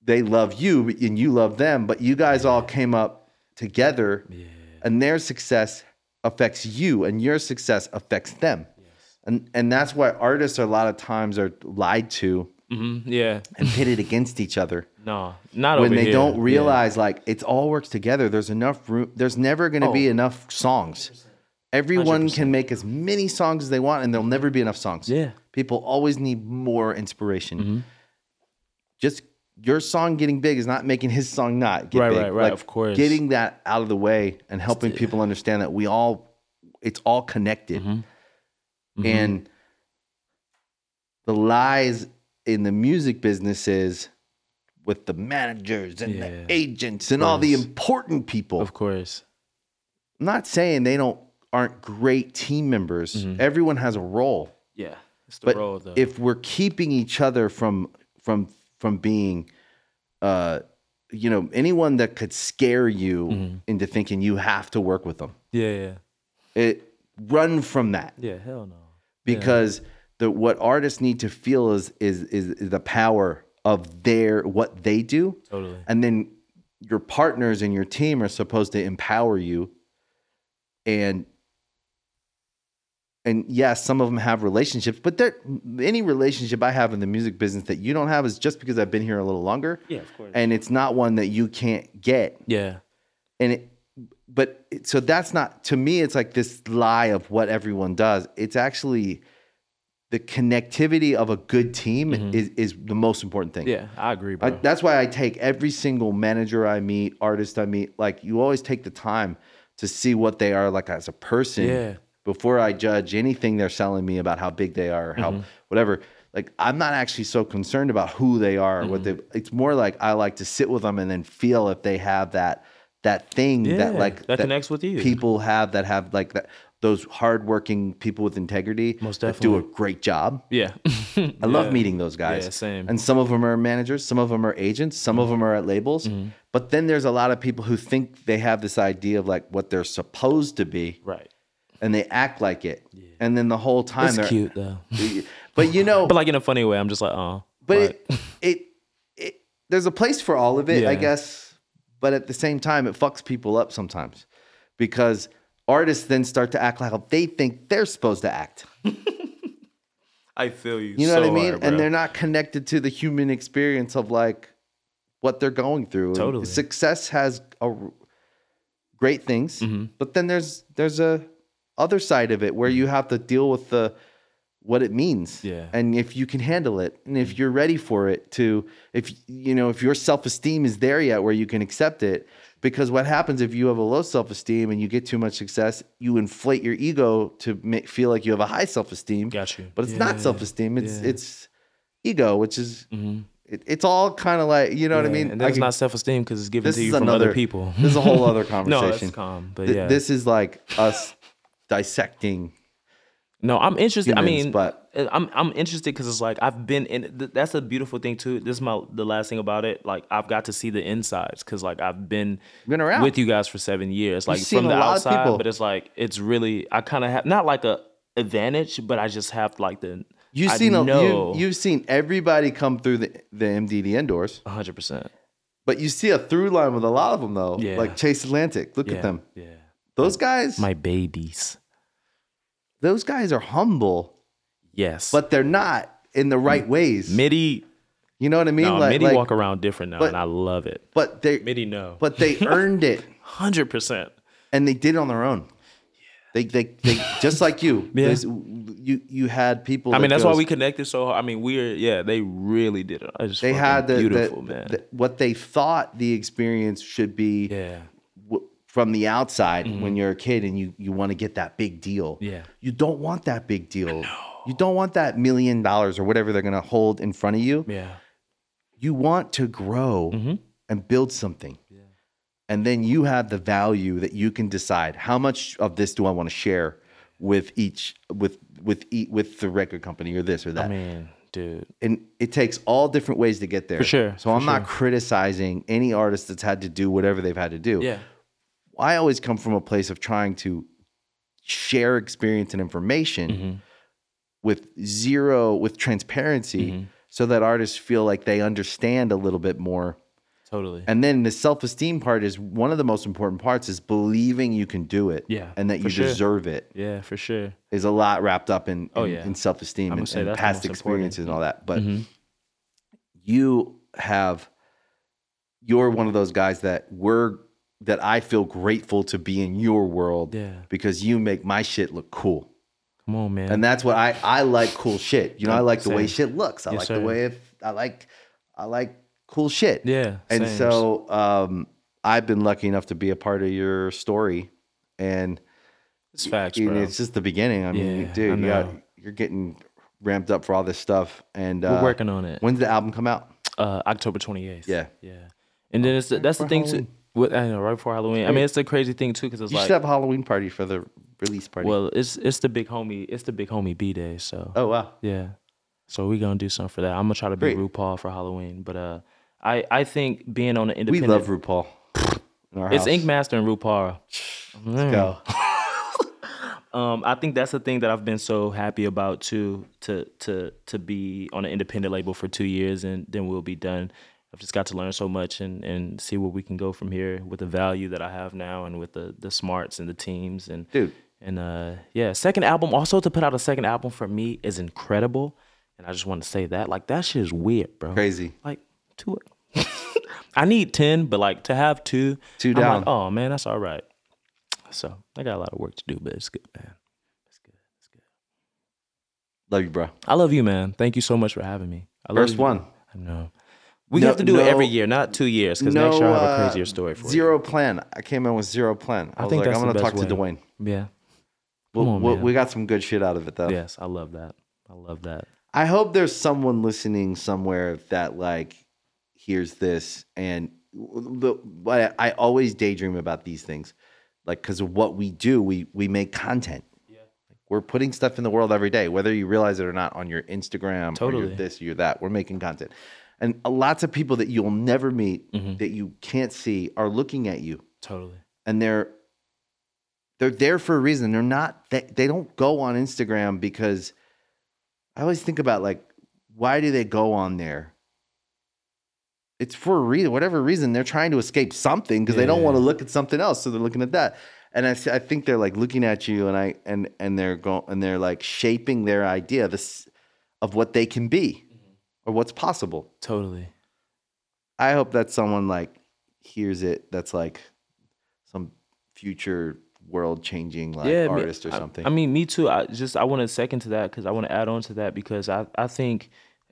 Speaker 1: they love you and you love them, but you guys all came up together.
Speaker 2: yeah,
Speaker 1: and their success affects you and your success affects them and and that's why artists are a lot of times are lied to
Speaker 2: hmm yeah.
Speaker 1: and pitted against each other
Speaker 2: No, [laughs] not
Speaker 1: when
Speaker 2: over
Speaker 1: they
Speaker 2: here.
Speaker 1: don't
Speaker 2: Yeah.
Speaker 1: realize like it's all works together there's enough room there's never going to
Speaker 2: Oh.
Speaker 1: be enough songs everyone can make as many songs as they want and there'll never be enough songs
Speaker 2: Yeah. Mm-hmm.
Speaker 1: people always need more inspiration just your song getting big is not making his song not get
Speaker 2: Right,
Speaker 1: big.
Speaker 2: right, right, of course.
Speaker 1: Getting that out of the way and helping people understand that we all, it's all connected.
Speaker 2: Mm-hmm.
Speaker 1: And the lies in the music business is with the managers and
Speaker 2: Yeah.
Speaker 1: the agents and all the
Speaker 2: Yes.
Speaker 1: important people.
Speaker 2: Of course.
Speaker 1: I'm not saying they don't aren't great team members.
Speaker 2: Mm-hmm.
Speaker 1: Everyone has a role.
Speaker 2: Yeah. It's the
Speaker 1: But
Speaker 2: role though.
Speaker 1: if we're keeping each other from from from being uh you know, anyone that could scare you into thinking you have to work with them.
Speaker 2: yeah, yeah.
Speaker 1: It run from that
Speaker 2: Yeah, hell no.
Speaker 1: because the what artists need to feel is, is is is the power of their what they do
Speaker 2: Totally.
Speaker 1: and then your partners and your team are supposed to empower you and and yes some of them have relationships but there any relationship i have in the music business that you don't have is just because i've been here a little longer
Speaker 2: Yeah, of course.
Speaker 1: and it's not one that you can't get
Speaker 2: yeah.
Speaker 1: and it but it- so that's not to me it's like this lie of what everyone does it's actually the connectivity of a good team is, is the most important thing
Speaker 2: Mm-hmm. Yeah, I agree,
Speaker 1: I,
Speaker 2: bro.
Speaker 1: that's why I take every single manager I meet, artist I meet. Like you always take the time to see what they are like as a person
Speaker 2: Yeah.
Speaker 1: before I judge anything they're selling me about how big they are, or how
Speaker 2: Mm-hmm.
Speaker 1: whatever. Like I'm not actually so concerned about who they are, or what they.
Speaker 2: Mm-hmm.
Speaker 1: It's more like I like to sit with them and then feel if they have that that thing
Speaker 2: Yeah,
Speaker 1: that like
Speaker 2: that connects with you.
Speaker 1: People have that have like that those hardworking people with integrity
Speaker 2: Most
Speaker 1: that do a great job.
Speaker 2: yeah. [laughs]
Speaker 1: I love meeting those guys.
Speaker 2: Yeah, same. Mm-hmm.
Speaker 1: And some of them are managers, some of them are agents, some of them are at labels. But then there's a lot of people who think they have this idea of like what they're supposed to be,
Speaker 2: right.
Speaker 1: and they act like it. And then the whole time
Speaker 2: It's
Speaker 1: they're [laughs]
Speaker 2: cute though.
Speaker 1: But you know,
Speaker 2: [laughs] But like in a funny way, I'm just like, oh.
Speaker 1: but it, it it there's a place for all of it, I
Speaker 2: Yeah.
Speaker 1: guess. But at the same time, it fucks people up sometimes because artists then start to act like how they think they're supposed to act.
Speaker 2: I feel you.
Speaker 1: You know what I mean? and they're not connected to the human experience of like what they're going through. And
Speaker 2: Totally.
Speaker 1: Success has a, great things,
Speaker 2: Mm-hmm.
Speaker 1: but then there's there's a other side of it where you have to deal with the what it means.
Speaker 2: Yeah. Mm-hmm.
Speaker 1: And if you can handle it and if you're ready for it to if you know if your self-esteem is there yet where you can accept it because what happens if you have a low self-esteem and you get too much success, you inflate your ego to make, feel like you have a high self-esteem
Speaker 2: Got you.
Speaker 1: but it's
Speaker 2: Yeah,
Speaker 1: not self-esteem it's
Speaker 2: yeah. Mm-hmm.
Speaker 1: it's ego which is it, it's all kind of like you know what i mean
Speaker 2: And
Speaker 1: I
Speaker 2: that's
Speaker 1: could-
Speaker 2: not self esteem because it's given
Speaker 1: this
Speaker 2: to you
Speaker 1: is
Speaker 2: from
Speaker 1: another
Speaker 2: other people.
Speaker 1: this is a whole
Speaker 2: [laughs]
Speaker 1: other
Speaker 2: no,
Speaker 1: conversation
Speaker 2: that's calm. But
Speaker 1: Th-
Speaker 2: yeah.
Speaker 1: this is like
Speaker 2: [laughs]
Speaker 1: us dissecting
Speaker 2: No, I'm interested. I
Speaker 1: humans,
Speaker 2: mean,
Speaker 1: but-
Speaker 2: I'm I'm interested because it's like I've been in. th- That's a beautiful thing too. This is my the last thing about it. Like I've got to see the insides because like I've been
Speaker 1: Been around.
Speaker 2: with you guys for seven years. Like
Speaker 1: seen
Speaker 2: from the
Speaker 1: a lot of
Speaker 2: outside,
Speaker 1: people.
Speaker 2: but it's like it's really I kind of have not like a advantage, but I just have like the
Speaker 1: you've
Speaker 2: I
Speaker 1: seen a,
Speaker 2: know
Speaker 1: you, have seen everybody come through the the mddn doors
Speaker 2: 100 percent.
Speaker 1: but you see a through line with a lot of them though
Speaker 2: Yeah.
Speaker 1: like chase atlantic look
Speaker 2: Yeah,
Speaker 1: at them
Speaker 2: yeah.
Speaker 1: those guys
Speaker 2: My babies,
Speaker 1: those guys are humble
Speaker 2: yes,
Speaker 1: but they're not in the right ways
Speaker 2: Midi.
Speaker 1: you know what i mean
Speaker 2: No,
Speaker 1: like,
Speaker 2: Midi
Speaker 1: like-
Speaker 2: walk around different now,
Speaker 1: but-
Speaker 2: and I love it.
Speaker 1: but they
Speaker 2: Midi, no,
Speaker 1: but
Speaker 2: [laughs]
Speaker 1: they earned it
Speaker 2: hundred percent.
Speaker 1: and they did it on their own. They, they, they just like
Speaker 2: [laughs]
Speaker 1: you. There's- You, you had people.
Speaker 2: I
Speaker 1: that
Speaker 2: mean, that's why
Speaker 1: goes-
Speaker 2: we connected so hard. I mean, we're yeah, they really did it. I just
Speaker 1: They had the, the-
Speaker 2: beautiful man.
Speaker 1: the- what they thought the experience should be
Speaker 2: yeah, Mm-hmm.
Speaker 1: w- from the outside when you're a kid and you you want to get that big deal.
Speaker 2: Yeah.
Speaker 1: you don't want that big deal. You don't want that million dollars or whatever they're gonna hold in front of you.
Speaker 2: yeah,
Speaker 1: you want to grow
Speaker 2: Mm-hmm.
Speaker 1: and build something. And then you have the value that you can decide how much of this do I want to share with each with with e- with the record company or this or that.
Speaker 2: I mean, dude,
Speaker 1: and it takes all different ways to get there.
Speaker 2: sure,
Speaker 1: So I'm not criticizing any artist that's had to do whatever they've had to do.
Speaker 2: yeah,
Speaker 1: I always come from a place of trying to share experience and information
Speaker 2: Mm-hmm.
Speaker 1: with zero with transparency
Speaker 2: Mm-hmm.
Speaker 1: so that artists feel like they understand a little bit more.
Speaker 2: totally.
Speaker 1: And then the self-esteem part is one of the most important parts is believing you can do it
Speaker 2: Yeah,
Speaker 1: and that
Speaker 2: for
Speaker 1: you
Speaker 2: sure.
Speaker 1: deserve it
Speaker 2: yeah, for sure.
Speaker 1: is a lot wrapped up in, in,
Speaker 2: yeah.
Speaker 1: in self-esteem
Speaker 2: gonna
Speaker 1: and,
Speaker 2: say
Speaker 1: and
Speaker 2: that's the
Speaker 1: past
Speaker 2: most important. Mm-hmm.
Speaker 1: experiences and all that. But you have you're one of those guys that we're that I feel grateful to be in your world
Speaker 2: Yeah.
Speaker 1: because you make my shit look cool.
Speaker 2: Come on, man.
Speaker 1: And that's what I I like cool shit. You know, I like the way
Speaker 2: Same.
Speaker 1: shit looks. I
Speaker 2: Yes,
Speaker 1: like
Speaker 2: sir.
Speaker 1: the way it I like I like cool shit.
Speaker 2: Yeah,
Speaker 1: And
Speaker 2: same.
Speaker 1: so um, I've been lucky enough to be a part of your story, and
Speaker 2: it's facts,
Speaker 1: you know,
Speaker 2: bro.
Speaker 1: it's just the beginning. I mean,
Speaker 2: Yeah, I
Speaker 1: dude, you got,
Speaker 2: know.
Speaker 1: you're getting ramped up for all this stuff, and
Speaker 2: We're
Speaker 1: uh,
Speaker 2: working on it.
Speaker 1: When's the album come out?
Speaker 2: uh, October 28th.
Speaker 1: Yeah.
Speaker 2: Yeah. And then it's the, that's the
Speaker 1: before
Speaker 2: thing too.
Speaker 1: Halloween.
Speaker 2: With, I know right before Halloween. I mean, it's the crazy thing too because it's
Speaker 1: You
Speaker 2: like,
Speaker 1: should have a Halloween party for the release party.
Speaker 2: well, it's it's the big homie, it's the big homie B day. So
Speaker 1: oh wow,
Speaker 2: yeah, so we gonna do something for that. I'm gonna try to be
Speaker 1: Great.
Speaker 2: RuPaul for Halloween, but uh, I I think being on an
Speaker 1: we
Speaker 2: independent,
Speaker 1: love RuPaul. in our
Speaker 2: it's
Speaker 1: house.
Speaker 2: Ink Master and RuPaul.
Speaker 1: Let's go.
Speaker 2: Um, I think that's the thing that I've been so happy about too, to to to be on an independent label for two years and then we'll be done. I've just got to learn so much and and see where we can go from here with the value that I have now and with the the smarts and the teams and
Speaker 1: Dude.
Speaker 2: and uh yeah, second album also to put out a second album for me is incredible, and I just want to say that like that shit is weird, bro.
Speaker 1: Crazy.
Speaker 2: Like two. [laughs] I need ten, but like to have two.
Speaker 1: Two
Speaker 2: I'm like,
Speaker 1: down.
Speaker 2: oh man, that's all right. So I got a lot of work to do, but it's good, man.
Speaker 1: Love you, bro.
Speaker 2: I love you, man. Thank you so much for having me. I love
Speaker 1: First
Speaker 2: you.
Speaker 1: one.
Speaker 2: I know. We
Speaker 1: No-
Speaker 2: have to do it
Speaker 1: no-
Speaker 2: every year, not two years, because next year I have a
Speaker 1: uh,
Speaker 2: crazier story for
Speaker 1: Zero plan. I came in with zero plan. I, was
Speaker 2: think
Speaker 1: like,
Speaker 2: that's
Speaker 1: I'm
Speaker 2: the
Speaker 1: gonna talk
Speaker 2: best
Speaker 1: to
Speaker 2: way.
Speaker 1: Dwayne.
Speaker 2: you. Yeah.
Speaker 1: We'll,
Speaker 2: on,
Speaker 1: we'll,
Speaker 2: man.
Speaker 1: we got some good shit out of it though.
Speaker 2: Yes, I love that. I love that.
Speaker 1: I hope there's someone listening somewhere that like hears this and the but I always daydream about these things, like because of what we do, we we make content. Yeah, we're putting stuff in the world every day, whether you realize it or not. On your Instagram, or
Speaker 2: Totally.
Speaker 1: your this, you're that. We're making content, and lots of people that you'll never meet, that you can't see, are looking at you
Speaker 2: Totally.
Speaker 1: and they're they're there for a reason. They're not they, they don't go on Instagram because I always think about like why do they go on there? It's for a reason, whatever reason they're trying to escape something because they don't
Speaker 2: Yeah.
Speaker 1: want to look at something else, so they're looking at that. And I, s- I think they're like looking at you and I and and they're going and they're like shaping their idea this of what they can be or what's possible.
Speaker 2: Totally.
Speaker 1: I hope that someone like hears it that's like some future world changing like
Speaker 2: yeah, I mean,
Speaker 1: artist
Speaker 2: I-
Speaker 1: or something.
Speaker 2: I, mean, me too. I just I want to second to that because I want to add on to that because I I think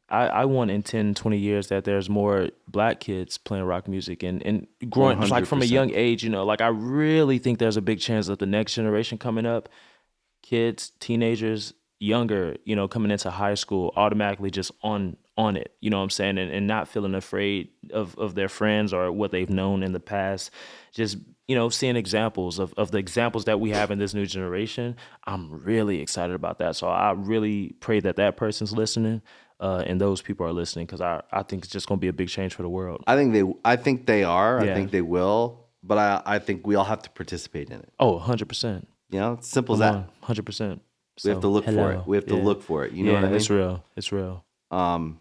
Speaker 2: I I want in 10, 20 years that there's more black kids playing rock music and and growing just like from a
Speaker 1: 100%.
Speaker 2: young age. You know, like I really think there's a big chance that the next generation coming up, kids, teenagers, younger, you know, coming into high school, automatically just on on it. You know what I'm saying, and and not feeling afraid of of their friends or what they've known in the past, just you know, seeing examples of, of the examples that we have in this new generation, I'm really excited about that. So I really pray that that person's listening uh, and those people are listening because I, I think it's just going to be a big change for the world.
Speaker 1: I think they I think they are.
Speaker 2: Yeah.
Speaker 1: I think they will. But I, I think we all have to participate in it.
Speaker 2: Oh, 100%.
Speaker 1: You know, it's simple as that.
Speaker 2: Come on, 100%.
Speaker 1: We have to look for it. We have to look for it. You know
Speaker 2: yeah,
Speaker 1: what I mean?
Speaker 2: It's real. It's real.
Speaker 1: Um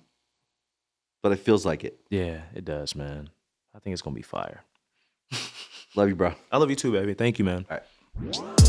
Speaker 1: but it feels like it.
Speaker 2: Yeah, it does, man. I think it's going to be fire.
Speaker 1: Love you, bro.
Speaker 2: I love you too, baby. Thank you, man.
Speaker 1: All right.